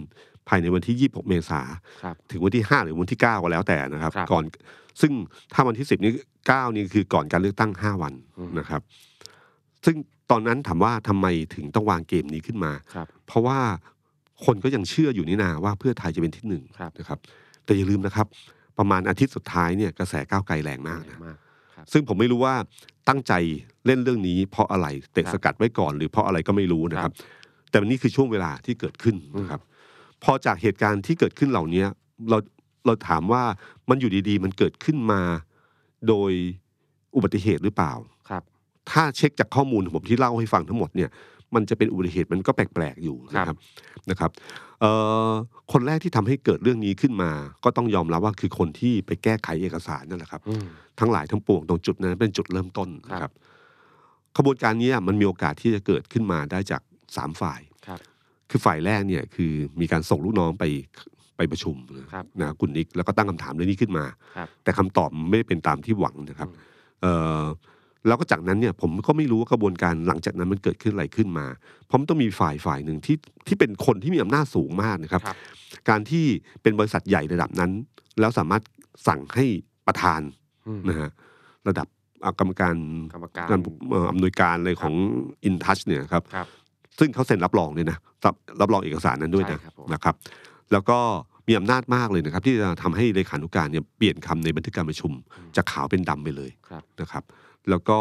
ภายในวันที่ 26 เมษา
ครับ
ถึงวันที่ 5 หรือวันที่ 9 ก็แล้วแต่นะครับ
ครับ
ก่อนซึ่งถ้าวันที่ 10 นี้9นี่คือก่อนการเลือกตั้ง 5 วัน
อืม
นะครับ ซึ่งตอนนั้นถามว่าทำไมถึงต้องวางเกมนี้ขึ้นมา
ครับ
เพราะว่าคนก็ยังเชื่ออยู่นี่นาว่าเพื่อไทยจะเป็นที่หนึ่ง
ครับ
นะครับ แต่อย่าลืมนะครับ ประมาณอาทิตย์สุดท้ายเนี่ยกระแสก้าวไกลแรงมากนะ
มาก
ซึ่งผมไม่รู้ว่าตั้งใจเล่นเรื่องนี้เพราะอะไรเตะสกัดไว้ก่อน หรือเพราะอะไรก็ไม่รู้นะครับ แต่นี่คือช่วงเวลาที่เกิดขึ้นนะครับ พอจากเหตุการณ์ที่เกิดขึ้นเหล่านี้เราเราถามว่ามันอยู่ดีๆ มันเกิดขึ้นมาโดยอุบัติเหตุหรือเปล่า
ครับ
ถ้าเช็คจากข้อมูลของผมที่เล่าให้ฟังทั้งหมดเนี่ย มันจะเป็นอุบัติเหตุมันก็แปลกๆอยู่นะครับนะครับเอ่อคนแรกที่ทำให้เกิดเรื่องนี้ขึ้นมา ก็ต้องยอมรับว่าคือคนที่ไปแก้ไขเอกสารนั่นแหละครับ
อืม
ทั้งหลายทั้งปวงตรงจุดนั้นเป็นจุดเริ่มต้น
ครับ
นะครับขบวนการเนี้ยมันมีโอกาสที่จะเกิดขึ้นมาได้จากสามฝ่าย
ครับ
คือฝ่ายแรกเนี่ยคือมีการส่งลูกน้องไปไปประชุมนะครับนะคุณนิกแล้วก็ตั้งคำถามเรื่องนี้ขึ้นมา
ครับ
แต่คำตอบไม่ได้เป็นตามที่หวังนะครับ
อืม
เอ่อแล้วก็จากนั้นเนี่ยผมก็ไม่รู้ว่ากระบวนการหลังจากนั้นมันเกิดขึ้นอะไรขึ้นมาเพราะมันต้องมีฝ่ายฝ่ายหนึ่งที่ที่เป็นคนที่มีอำนาจสูงมากนะครับ
ครับ
การที่เป็นบริษัทใหญ่ระดับนั้น แล้วสามารถสั่งให้ประธาน
อืม
นะฮะระดับอ่ะกรรมการ
กรรมการ
การเอ่ออำนวยการเลยของ InTouch เนี่ยครับ
ครับ
ซึ่งเขาเซ็นรับรองเนี่ยนะรับรับรองเอกสารนั้นด้วยนะ
ใช่ครับผม
นะครับ แล้วก็มีอำนาจมากเลยนะครับ ที่จะทำให้เลขานุการเนี่ยเปลี่ยนคำในบันทึกการประชุมจากขาวเป็นดำไปเลย
ครับ
นะครับ แล้วก็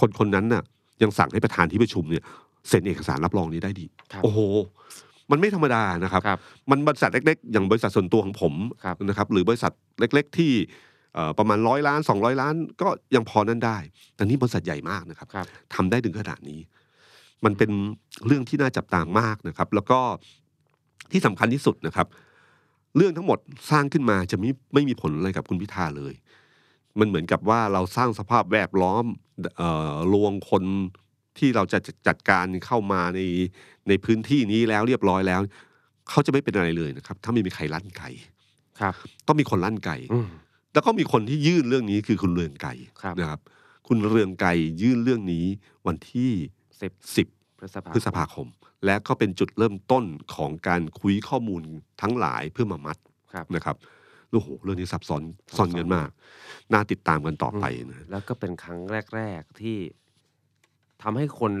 คนคนนั้นน่ะยังสั่งให้ประธานที่ประชุมเนี่ยเซ็นเอกสารรับรองนี้ได้ดี
ครับ
โอ้โห มันไม่ธรรมดานะครับ
ครับ
มันบริษัทเล็กๆ อย่างบริษัทส่วนตัวของผม
ครับ
นะครับหรือบริษัทเล็กๆ ที่เอ่อประมาณร้อยล้าน 200 ล้าน ก็ยังพอนั่นได้ แต่นี่บริษัทใหญ่มากนะครับ
ครับ
ทำได้ถึงขนาดนี้ มันเป็นเรื่องที่น่าจับตามากนะครับ แล้วก็ที่สำคัญที่สุดนะครับ เรื่องทั้งหมดสร้างขึ้นมาจะไม่ไม่มีผลอะไรกับคุณพิธาเลย มันเหมือนกับว่าเราสร้างสภาพแวดล้อมเอ่อลวงคนที่เราจะจัดการเข้ามาในในพื้นที่นี้แล้วเรียบร้อยแล้ว เขาจะไม่เป็นอะไรเลยนะครับ ถ้าไม่มีใครลั่นไก่
ครับ
ต้องมีคนลั่นไก่
อืม
แล้วก็มีคนที่ยื่นเรื่องนี้คือคุณเรืองไก่
ครับ
นะครับ คุณเรืองไก่ยื่นเรื่องนี้วันที่
สิบ
10
พฤษภา
พฤษภาคม และก็เป็นจุดเริ่มต้นของการคุยข้อมูลทั้งหลายเพื่อมามัด
ครับ
นะครับโอ้โหเรื่องนี้ซับซ้อน
ซับซ้
ซ่
อ
อน นกันมาก น่าติดตามกันต่อไปนะ
แล้วก็เป็นครั้งแรก ๆ ที่ทำให้คน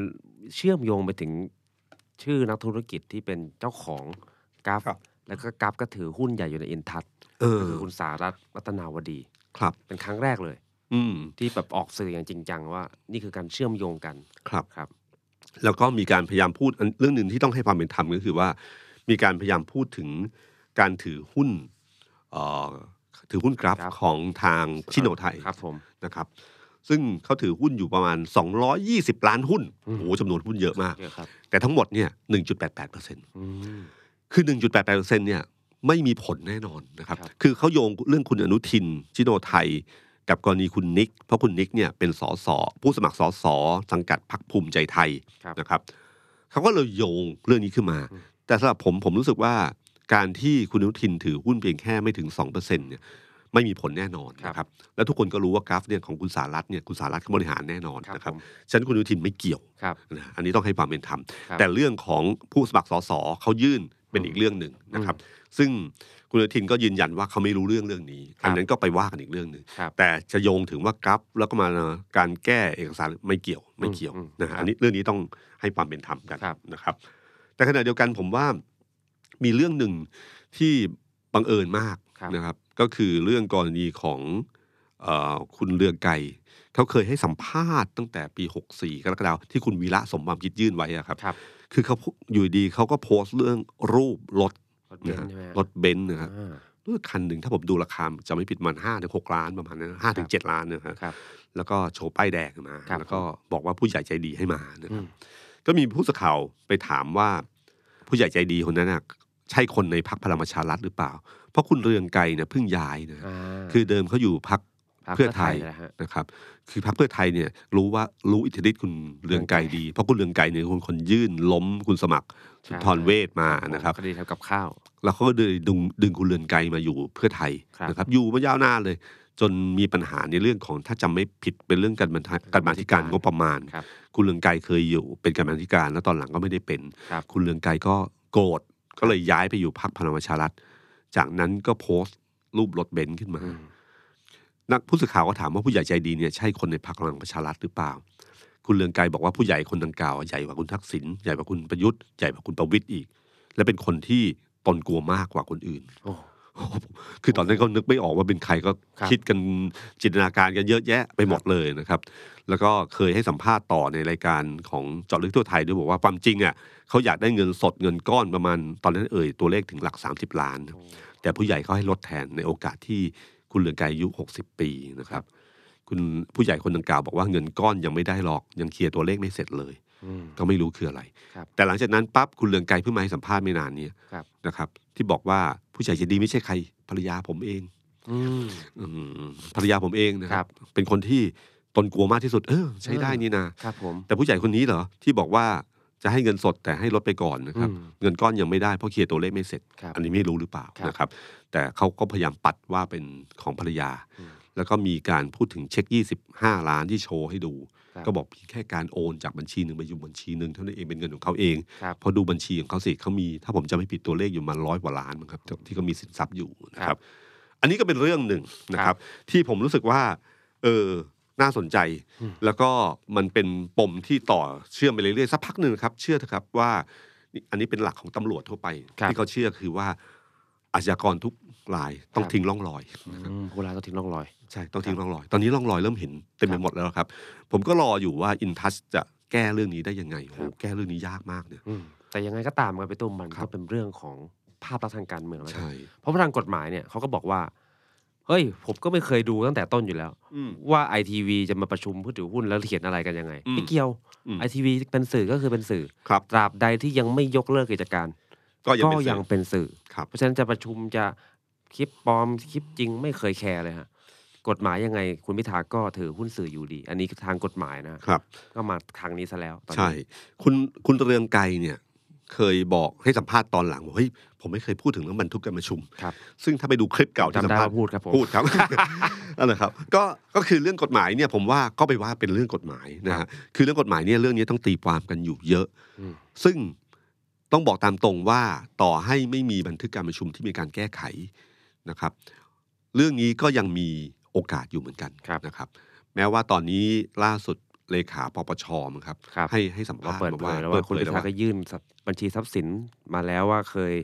เชื่อมโยงไปถึงชื่อนักธุรกิจที่เป็นเจ้าของกราฟ แล้วก็กราฟก็ถือหุ้นใหญ่อยู่ในอินทัศน์
เออ
คือคุณสารัตน์รัตนาวดี
ครับ
เป็นครั้งแรกเลย
อืม
ที่แบบออกสื่ออย่างจริงจังว่า นี่คือการเชื่อมโยงกัน
ครับ
ครับ
แล้วก็มีการพยายามพูดอันเรื่องหนึ่งที่ต้องให้ความเป็นธรรมก็คือว่า มีการพยายามพูดถึงการถือหุ้นเอ่อถือหุ้นกราฟ
ครับ
ของทางชิโนไทย
ครับผม
นะครับ ซึ่งเขาถือหุ้นอยู่ประมาณ 220 ล้านหุ้น
อืม
โอ้โหจำนวนหุ้นเยอะมาก
เยอะครับ
แต่ทั้งหมดเนี่ย1.88%
อืม
คือ 1.88%เนี่ยไม่มีผลแน่นอนนะครับ
ครับ
คือเขาโยงเรื่องคุณอนุทินชิโนไทย กับกรณีคุณนิก เพราะคุณนิกเนี่ยเป็นสสผู้สมัครสสสังกัดพรรคภูมิใจไทย
ครับ
นะครับเขาก็เลยโยงเรื่องนี้ขึ้นมา
อืม
แต่สำหรับผมผมรู้สึกว่าการที่คุณอนุทินถือหุ้นเพียงแค่ไม่ถึง2%เนี่ยไม่มีผลแน่นอนนะครับแล้วทุกคนก็รู้ว่ากราฟเนี่ยของคุณสารัตน์เนี่ยคุณสารัตน์เขาบริหารแน่นอน
ครับ
นะค
ผ
รับ
ม
ฉะนันคุณอนุทินไม่เกี่ยว
ครับ
นะอันนี้ต้องให้ความเป็นธรรม
ครับ
แต่เรื่องของผู้สมัครสสเขายื่นเป็น
อืม
อีกเรื่องหนึ่งนะครับซึ่งคุณอนุทินก็ยืนยันว่าเขาไม่รู้เรื่องเรื่องนี้
ครับ
อันนั้นก็ไปว่ากันอีกเรื่องหนึ่ง
ครับ
แต่จะโยงถึงว่ากราฟแล้วก็มาการแก้เอกสารไม่เกี่ยวไม่เกี่ยว
อืม
นะฮะ
ครับ
อันนี้เรื่องนี้ต้องให้ความเป็นธรรมกัน
ครับ
นะครับ แต่ขณะเดียวกันผมว่ามีเรื่องหนึ่งที่บังเอิญมาก
ครับ
นะครับ ก็คือเรื่องกรณีของเออคุณเรืองไก่เขาเคยให้สัมภาษณ์ตั้งแต่ปี 64กรกฎาคมที่คุณวีระสมความคิดยื่นไว้อะครับ
ครับ
คือเขาพูอยู่ดีเขาก็โพสต์เรื่องรูปรถ
รถเบ
นะฮะ
นซ์ใช่ไหมฮะ
รถเบนซ์นะครับ
อ่า
ด้วยคันหนึ่งถ้าผมดูราคาจะไม่ผิดประมันห้าถึงหกล้านประมาณนั้นห้าถึงเจ็ดล้านนะค
ครั
รั
บบ
แล้วก็โชว์ป้ายแดงมา
ครับ
แล้วก็บอกว่าผู้ใหญ่ใจดีให้มานะครับ
อืม
ก็มีผู้สื่อข่าวไปถามว่า ผู้ใหญ่ใจดีคนนั้นน่ะใช่คนในพักพลังประชารัฐหรือเปล่า เพราะคุณเรืองไกรเนี่ยเพิ่งย้ายนะ
อ่า
คือเดิมเขาอยู่พัก
พรรค
เพื่อไทย
นะฮะ
นะครับ คือพักเพื่อไทยเนี่ยรู้ว่ารู้อิทธิฤทธิ์คุณเรืองไกรดี เพราะคุณเรืองไกรเนี่ยคนคนยื่นล้มคุณสมัครสุนทรเวชมานะครับ
คดีทำกับข้าว
แล้วเขาก็เลยดึงดึงคุณเรือนไกลมาอยู่เพื่อไทย
ครับ
นะครับ อยู่มายาวนานเลย จนมีปัญหาในเรื่องของถ้าจำไม่ผิดเป็นเรื่องการบรรทะการบรรณาธิการงบประมาณ
ครับ
คุณเรืองไกรเคยอยู่เป็นการบรรณาธิการแล้วตอนหลังก็ไม่ได้เป็น
ครับ
คุณเรืองไกรก็โกรธก็เลยย้ายไปอยู่พรรคพลังประชารัฐ จากนั้นก็โพสต์รูปรถเบนซ์ขึ้นมา
อืม
นักผู้สื่อข่าวก็ถามว่าผู้ใหญ่ใจดีเนี่ยใช่คนในพรรคพลังประชารัฐหรือเปล่า คุณเลืองไกรบอกว่าผู้ใหญ่คนดังกล่าวใหญ่กว่าคุณทักษิณใหญ่กว่าคุณประยุทธ์ใหญ่กว่าคุณประวิตยอีก และเป็นคนที่ตนกลัวมากกว่าคนอื่น
โอ้
โอ้โหคือตอนนั้นเขานึกไม่ออกว่าเป็นใครก็
ครับ
คิดกันจินตนาการกันเยอะแยะไปหมดเลยนะครับ แล้วก็เคยให้สัมภาษณ์ต่อในรายการของเจาะลึกทั่วไทยด้วยบอกว่าความจริงอ่ะเขาอยากได้เงินสดเงินก้อนประมาณ ตอนนั้นเอ่ยตัวเลขถึงหลัก 30 ล้าน
โอ้
แต่ผู้ใหญ่เขาให้ลดแทนในโอกาสที่คุณเรืองไกรอายุ 60 ปีนะครับ คุณผู้ใหญ่คนดังกล่าวบอกว่าเงินก้อนยังไม่ได้หรอกยังเคลียร์ตัวเลขไม่เสร็จเลย
อืม
ก็ไม่รู้คืออะไร
ครับ
แต่หลังจากนั้นปั๊บคุณเรืองไกรเพิ่งมาให้สัมภาษณ์ไม่นานเนี้ย
ครับ
นะครับที่บอกว่าผู้ใหญ่ใจดีไม่ใช่ใครภรรยาผมเอง
อืม
อืมภรรยาผมเองนะค
ครั
รั
บบ
เป็นคนที่ตนกลัวมากที่สุด เออ ใช้ได้
เออ
นี่นา
ครับผม
แต่ผู้ใหญ่คนนี้เหรอ ที่บอกว่าจะให้เงินสดแต่ให้ลดไปก่อนนะครับ
อืม
เงินก้อนยังไม่ได้เพราะเคลียร์ตัวเลขไม่เสร็จ
ครับ
อันนี้ไม่รู้หรือเปล่า
ครับ
นะครับ แต่เขาก็พยายามปัดว่าเป็นของภรรยา
อืม
แล้วก็มีการพูดถึงเช็ค 25 ล้านที่โชว์ให้ดู
ครับ
ก็บอกเพียงแค่การโอนจากบัญชีหนึ่งไปอยู่บัญชีหนึ่งเท่านั้นเองเป็นเงินของเขาเอง
ครับ
พอดูบัญชีของเขาสิเขามี ถ้าผมจะไม่ผิดตัวเลขอยู่มาร้อยกว่าล้านมั้งครับที่เขามีสินทรัพย์อยู่นะค
ครั
รับ บ อันนี้ก็เป็นเรื่องหนึ่งนะครับ ที่ผมรู้สึกว่า เออน่าสนใจ แล้วก็มันเป็นปมที่ต่อเชื่อมไปเรื่อยๆสักพักหนึ่งครับ เชื่อเถอะครับว่านี่อันนี้เป็นหลักของตำรวจทั่วไป
ครับ
ที่เขาเชื่อคือว่าอาชญากรทุกรายต้องทิ้งร่องรอย
อืมผู้ร้ายต้องทิ้งร่องรอย
ใช่ต้องทิ้งร่องรอย ตอนนี้ร่องรอยเริ่มเห็นเต็ม
ค
ไป
รับ
หมดแล้วครับ ผมก็รออยู่ว่าอินทัชจะแก้เรื่องนี้ได้ยังไงโห
ครับ
แก้เรื่องนี้ยากมากเนี่ย
อืมแต่ยังไงก็ตามครับพี่ตุ้มมัน
ครั
ก็
บ
เป็นเรื่องของภาพลักษณ์ทางการเมืองแล้วกัน
ใช่
เพราะว่าทางกฎหมายเนี่ยเขาก็บอกว่า เฮ้ย ผมก็ไม่เคยดูตั้งแต่ต้นอยู่แล้ว
อืม
ว่าไอทีวีจะมาประชุมผู้ถือหุ้นแล้วเขียนอะไรกันยังไง
อืม
ไม่เกี่ยว
อืม
ไอทีวีเป็นสื่อก็คือเป็นสื่อ
ครับ
ตราบใดที่ยังไม่ยกเลิกกิจการ
ก็ยัง
ก็
เป็นสื่อ
ยังเป็นสื่อ
ครับ
เพราะฉะนั้นจะประชุมจะคลิปปลอมคลิปจริงไม่เคยแคร์เลยฮะกฎหมายยังไงคุณพิธาก็ถือหุ้นสื่ออยู่ดี อันนี้คือทางกฎหมายนะครับ ก็มาทางนี้ซะแล้วตอนนี้
ใช่ คุณคุณเรืองไกรเนี่ย เคยบอกให้สัมภาษณ์ตอนหลังบอกเฮ้ยผมไม่เคยพูดถึงเรื่องบรรทุกการประชุม
ครับ
ซึ่งถ้าไปดูคลิปเก่าที่
จำ
สัม
ได้
ภาษ
ว่า
ณ์
พูดครับผม
พูด
*laughs*
ครับ นั่นแหละครับก็ก็คือเรื่องกฎหมายเนี่ยผมว่าก็ไปว่าเป็นเรื่องกฎหมายนะ
ครั
ฮะ
บ
คือเรื่องกฎหมายเนี่ยเรื่องนี้ต้องตีความกันอยู่เยอะ
อืม
ซึ่งต้องบอกตามตรงว่าต่อให้ไม่มีบันทึกการประชุมที่มีการแก้ไขนะครับ เรื่องนี้ก็ยังมีโอกาสอยู่เหมือนกัน
ครับ
นะครับ แม้ว่าตอนนี้ล่าสุดเลขาปปชมั้งครับ
ครับ
ให้ให้สัม
ก็
ภาษณ์
เปิด
มา
เผ
ว่าย
แล้ว
เปิด
ว่าคุณ
เผย
พิ
แล้ว
ธา
ว่า
ก็ยื่นสับบัญชีทรัพย์สินมาแล้วว่าเคย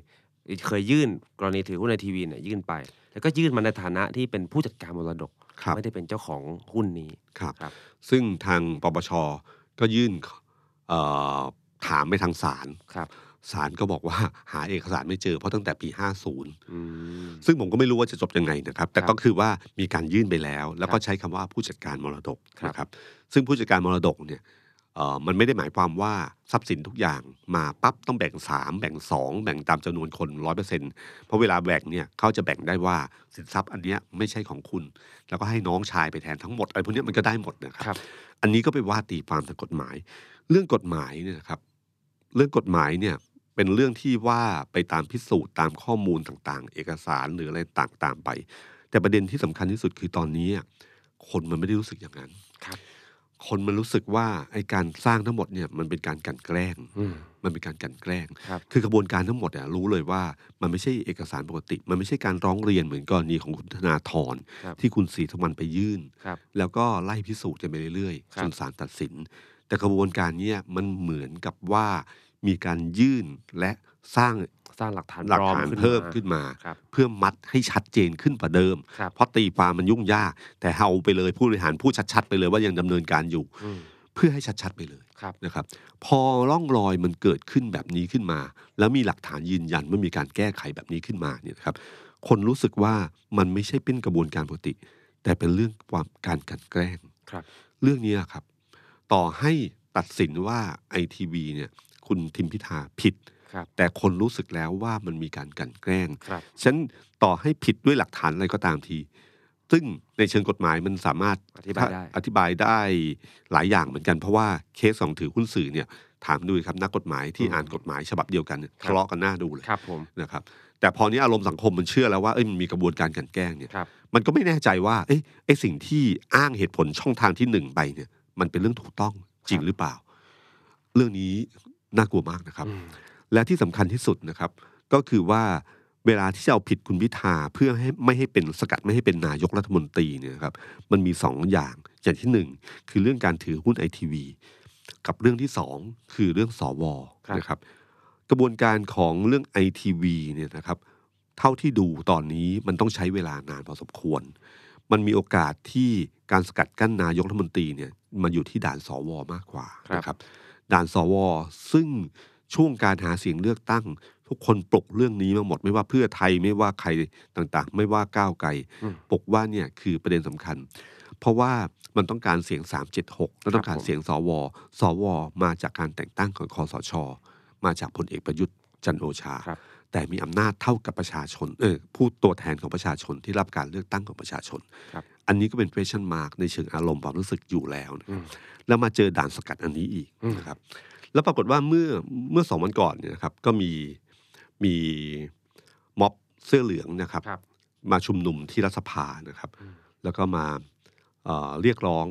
เคยยื่นกรณีถือหุ้นในทีวีเนี่ยยื่นไป แล้วก็ยื่นมาในฐานะที่เป็นผู้จัดการมรดก
ครับ
ไม่ได้เป็นเจ้าของหุ้นนี้
ครับ
ครับ
ซึ่งทางปปชก็ยื่นเอ่อถามไปทางศาล
ครับ
ศาลก็บอกว่า หาเอกสารไม่เจอเพราะตั้งแต่ปี 50
อืม
ซึ่งผมก็ไม่รู้ว่าจะจบยังไงนะครับ แต่
ครับ
ก็คือว่ามีการยื่นไปแล้ว แล้ว
ค
ก็
รับ
ใช้คำว่าผู้จัดการมรดก
ครับ
นะครับ ซึ่งผู้จัดการมรดกเนี่ยเอ่อมันไม่ได้หมายความว่าทรัพย์สินทุกอย่างมาปั๊บต้องแบ่ง 3 แบ่ง 2 แบ่งตามจำนวนคน 100%เพราะเวลาแบ่งเนี่ยเขาจะแบ่งได้ว่าสินทรัพย์อันเนี้ยไม่ใช่ของคุณ แล้วก็ให้น้องชายไปแทนทั้งหมดอะไรพวกเนี้ยมันก็ได้หมดนะครับ
ครับ
อันนี้ก็ไปว่าตีความทางกฎหมาย เรื่องกฎหมายเนี่ยนะครับ เรื่องกฎหมายเนี่ยเป็นเรื่องที่ว่าไปตามพิสูจน์ตามข้อมูลต่างๆ เอกสารหรืออะไรต่างๆตามไป แต่ประเด็นที่สำคัญที่สุดคือตอนนี้อะคนมันไม่ได้รู้สึกอย่างนั้น
ครับ
คนมันรู้สึกว่าไอ้การสร้างทั้งหมดเนี่ยมันเป็นการกลันแกล้ง
อืม
มันเป็นการกลันแกล้ง
ครับ
คือกระบวนการทั้งหมดเนี่ยรู้เลยว่ามันไม่ใช่เอกสารปกติ มันไม่ใช่การร้องเรียนเหมือนกรณีของคุณธนาธร
ครับ
ที่คุณศรีธรรมนไปยื่น
ครับ
แล้วก็ไล่พิสูจน์กันไปเรื่อย
ค
ๆ
รับ
จนศาลตัดสิน แต่กระบวนการเนี้ยมันเหมือนกับว่ามีการยื่นและสร้าง
สร้างหลักฐาน
หลัก
ปลอม
ฐาน
ขึ้น
เพิ่ม
มา
ขึ้นมา
ครับ
เพื่อมัดให้ชัดเจนขึ้นกว่าเดิม
ครับ
เพราะตีความมันยุ่งยาก แต่เอาไปเลยผู้บริหารพูดชัดๆ ไปเลยว่ายังดำเนินการอยู่
อืม
เพื่อให้ชัดๆไปเลย
ครับ
นะครับ พอร่องรอยมันเกิดขึ้นแบบนี้ขึ้นมา แล้วมีหลักฐานยืนยันว่ามีการแก้ไขแบบนี้ขึ้นมาเนี่ยนะครับ คนรู้สึกว่ามันไม่ใช่เป็นกระบวนการปกติ แต่เป็นเรื่องความการกลันแกล้ง
ครับ
เรื่องนี้ครับ ต่อให้ตัดสินว่าไอทีวีเนี่ย คุณทิมพิธาผิด
ครับ
แต่คนรู้สึกแล้วว่ามันมีการกลันแกล้ง
ครับ
ฉะนันต่อให้ผิดด้วยหลักฐานอะไรก็ตามที ซึ่งในเชิงกฎหมายมันสามารถ
อธิบายได้
อธิบายได้หลายอย่างเหมือนกัน เพราะว่าเคสของถือหุ้นสื่อเนี่ย ถามดูครับ นักกฎหมายที่
อืม
อ่านกฎหมายฉบับเดียวกันเนี่ย
ครับ
ทะเลาะกันหน้าดูเลย
ครับผม
นะครับ แต่พอนี้อารมณ์สังคมมันเชื่อแล้วว่าเอ้ยมันมีกระบวนการกลันแกล้งเนี่ย
ครับ
มันก็ไม่แน่ใจว่า เอ๊ะไอสิ่งที่อ้างเหตุผลช่องทางที่หนึ่งไปเนี่ย มันเป็นเรื่องถูกต้องจริงหรือเปล่า เรื่องนี้น่ากลัวมากนะครับ
อืม
และที่สำคัญที่สุดนะครับ ก็คือว่า เวลาที่จะเอาผิดคุณพิธาเพื่อให้ไม่ให้เป็นสกัดไม่ให้เป็นนายกรัฐมนตรีเนี่ยครับมันมีสองอย่างอย่างที่หนึ่งคือเรื่องการถือหุ้นไอทีวีกับเรื่องที่สองคือเรื่องสว
ครับ
นะครับ กระบวนการของเรื่องไอทีวีเนี่ยนะครับ เท่าที่ดูตอนนี้มันต้องใช้เวลานานพอสมควร มันมีโอกาสที่การสกัดกั้นนายกรัฐมนตรีเนี่ยมันอยู่ที่ด่านสวมากกว่า
ครับ
นะครับ ด่านสวซึ่งช่วงการหาเสียงเลือกตั้ง ทุกคนปลุกเรื่องนี้มาหมดไม่ว่าเพื่อไทยไม่ว่าใครต่างๆ ไม่ว่าก้าวไกล
อืม
ปลุกว่าเนี่ยคือประเด็นสำคัญ เพราะว่ามันต้องการเสียง 376 และต้องการเสียงสวสวมาจากการแต่งตั้งของคอสช มาจากพลเอกประยุทธ์จันทร์โอชา
ครับ
แต่มีอำนาจเท่ากับประชาชน เออผู้ตัวแทนของประชาชนที่รับการเลือกตั้งของประชาชน
ครับ
อันนี้ก็เป็น question mark ในเชิงอารมณ์ความรู้สึกอยู่แล้วนะ
อืม
แล้วมาเจอด่านสกัดอันนี้อีก
อืม
นะครับ แล้วปรากฏว่าเมื่อเมื่อสองวันก่อนเนี่ยนะครับ ก็มีมีม็อบเสื้อเหลืองนะครับ
ครับ
มาชุมนุมที่รัฐสภานะครับ
อืม
แล้วก็มาเอ่อเรียกร้อง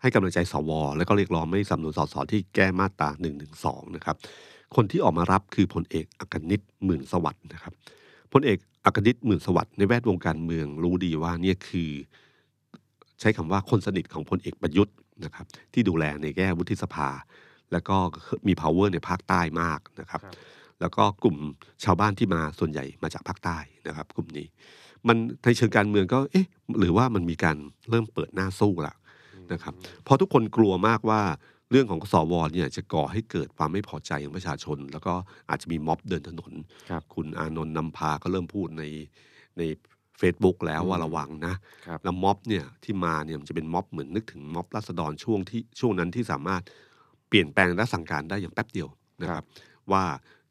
ให้กำลังใจสว แล้วก็เรียกร้องไม่สนับสนุนสสที่แก้มาตรา1นึนะครับ คนที่ออกมารับคือพลเอกอักนิตหมื่นสวัสด์นะครับพลเอกอักนิตหมื่นสวัสด์ในแวดวงการเมืองรู้ดีว่าเนี่ยคือ ใช้คำว่าคนสนิทของพลเอกประยุทธ์นะครับ ที่ดูแลในแง่วุฒิสภา แล้วก็มี power ในภาคใต้มากนะครับ
ครับ
แล้วก็กลุ่มชาวบ้านที่มาส่วนใหญ่มาจากภาคใต้นะครับ กลุ่มนี้ มันในเชิงการเมืองก็เอ๊ะหรือว่ามันมีการเริ่มเปิดหน้าสู้ละนะครับเพราะทุกคนกลัวมากว่าเรื่องของสวเนี่ยจะก่อให้เกิดความไม่พอใจของประชาชน แล้วก็อาจจะมีม็อบเดินถนน
ครับ
คุณอานนท์นำพาก็เริ่มพูดในใน Facebook แล้วว่าระวังนะ
ครับ
แล้วม็อบเนี่ยที่มาเนี่ยมันจะเป็นม็อบเหมือนนึกถึงม็อบราษฎรช่วงที่ช่วงนั้นที่สามารถเปลี่ยนแปลงและสั่งการได้อย่างแป๊บเดียวนะค
ครั
รั
บบ
ว่า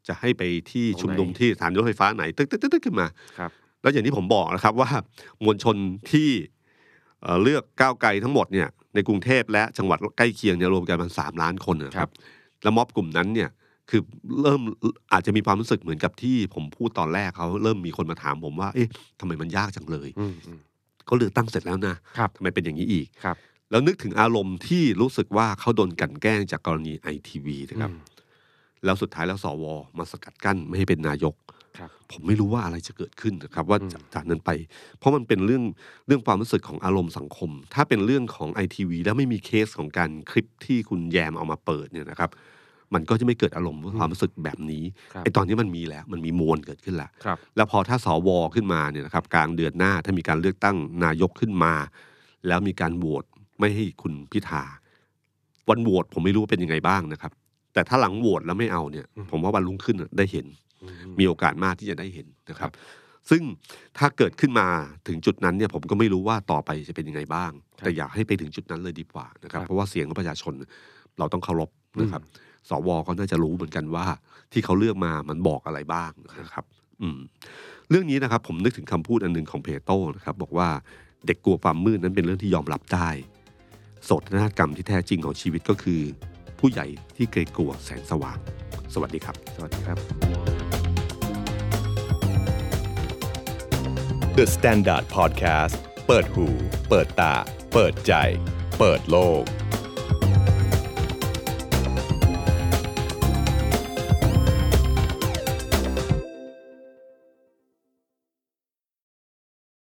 จะให้ไปที่
ตรงไหน
ชุมนุมที่สถานรถไฟฟ้าไหนตึ๊กตึ๊กตึ๊กตึ๊กขึ้นมา
ครับ
แล้วอย่างที่ผมบอกนะครับว่าม *laughs* วลชนที่เอ่อเลือกก้าวไกลทั้งหมดเนี่ยในกรุงเทพและจังหวัดใกล้เคียงเนี่ยรวมกันมันสามล้านคนนะค
ครั
รับ บแล้วม็อบกลุ่มนั้นเนี่ยคือเริ่มอาจจะมีความรู้สึกเหมือนกับที่ผมพูดตอนแรกเขาเริ่มมีคนมาถามผมว่าเอ๊ะทำไมมันยากจังเลย
อืมอืม
ก็เลือกตั้งเสร็จแล้วนะ
ครับ
ทำไมเป็นอย่างนี้อีก
ครับ
แล้วนึกถึงอารมณ์ที่รู้สึกว่าเขาโดนกลันแกล้งจากกรณีไอทีวีนะครับ
อืม
แล้วสุดท้ายแล้วสวมาสกัดกั้นไม่ให้เป็นนายก
ครับ
ผมไม่รู้ว่าอะไรจะเกิดขึ้นนะครับว่า
อืม
จากนั้นไป เพราะมันเป็นเรื่องเรื่องความรู้สึกของอารมณ์สังคม ถ้าเป็นเรื่องของไอทีวีแล้วไม่มีเคสของการคลิปที่คุณแยมเอามาเปิดเนี่ยนะครับ มันก็จะไม่เกิดอารมณ์ความรู้สึกแบบนี้
ครับ
ไอตอนนี้มันมีแล้วมันมีมวลเกิดขึ้นแล้ว
ครับ
แล้วพอถ้าสวขึ้นมาเนี่ยนะครับกลางเดือนหน้าถ้ามีการเลือกตั้งนายกขึ้นมา แล้วมีการโหวตไม่ให้คุณพิธาวันโหวตผมไม่รู้ว่าเป็นยังไงบ้างนะครับ แต่ถ้าหลังโหวตแล้วไม่เอาเนี่ย
อืม
ผมว่าวันรุ่งขึ้นน่ะได้เห็น
อื
มีโอกาสมากที่จะได้เห็นนะครับ ซึ่งถ้าเกิดขึ้นมาถึงจุดนั้นเนี่ยผมก็ไม่รู้ว่าต่อไปจะเป็นยังไงบ้าง
ครับ
แต่อยากให้ไปถึงจุดนั้นเลยดีกว่านะครับ
ครับ
เพราะว่าเสียงของประชาชนเราต้องเคารพนะครับ สวก็น่าจะรู้เหมือนกันว่า ที่เขาเลือกมามันบอกอะไรบ้างนะครับ อืมเรื่องนี้นะครับ ผมนึกถึงคำพูดอันหนึ่งของเพโต้นะครับ บอกว่าเด็กกลัวความมืดนั้นเป็นเรื่องที่ยอมรับได้โศตนากรรมที่แท้จริงของชีวิตก็คือ ผู้ใหญ่ที่เกรงกลัวแสงสว่าง สวัสดีครับ
สวัสดีครับ
The Standard Podcast เปิดหูเปิดตา เปิดใจ เปิดโลก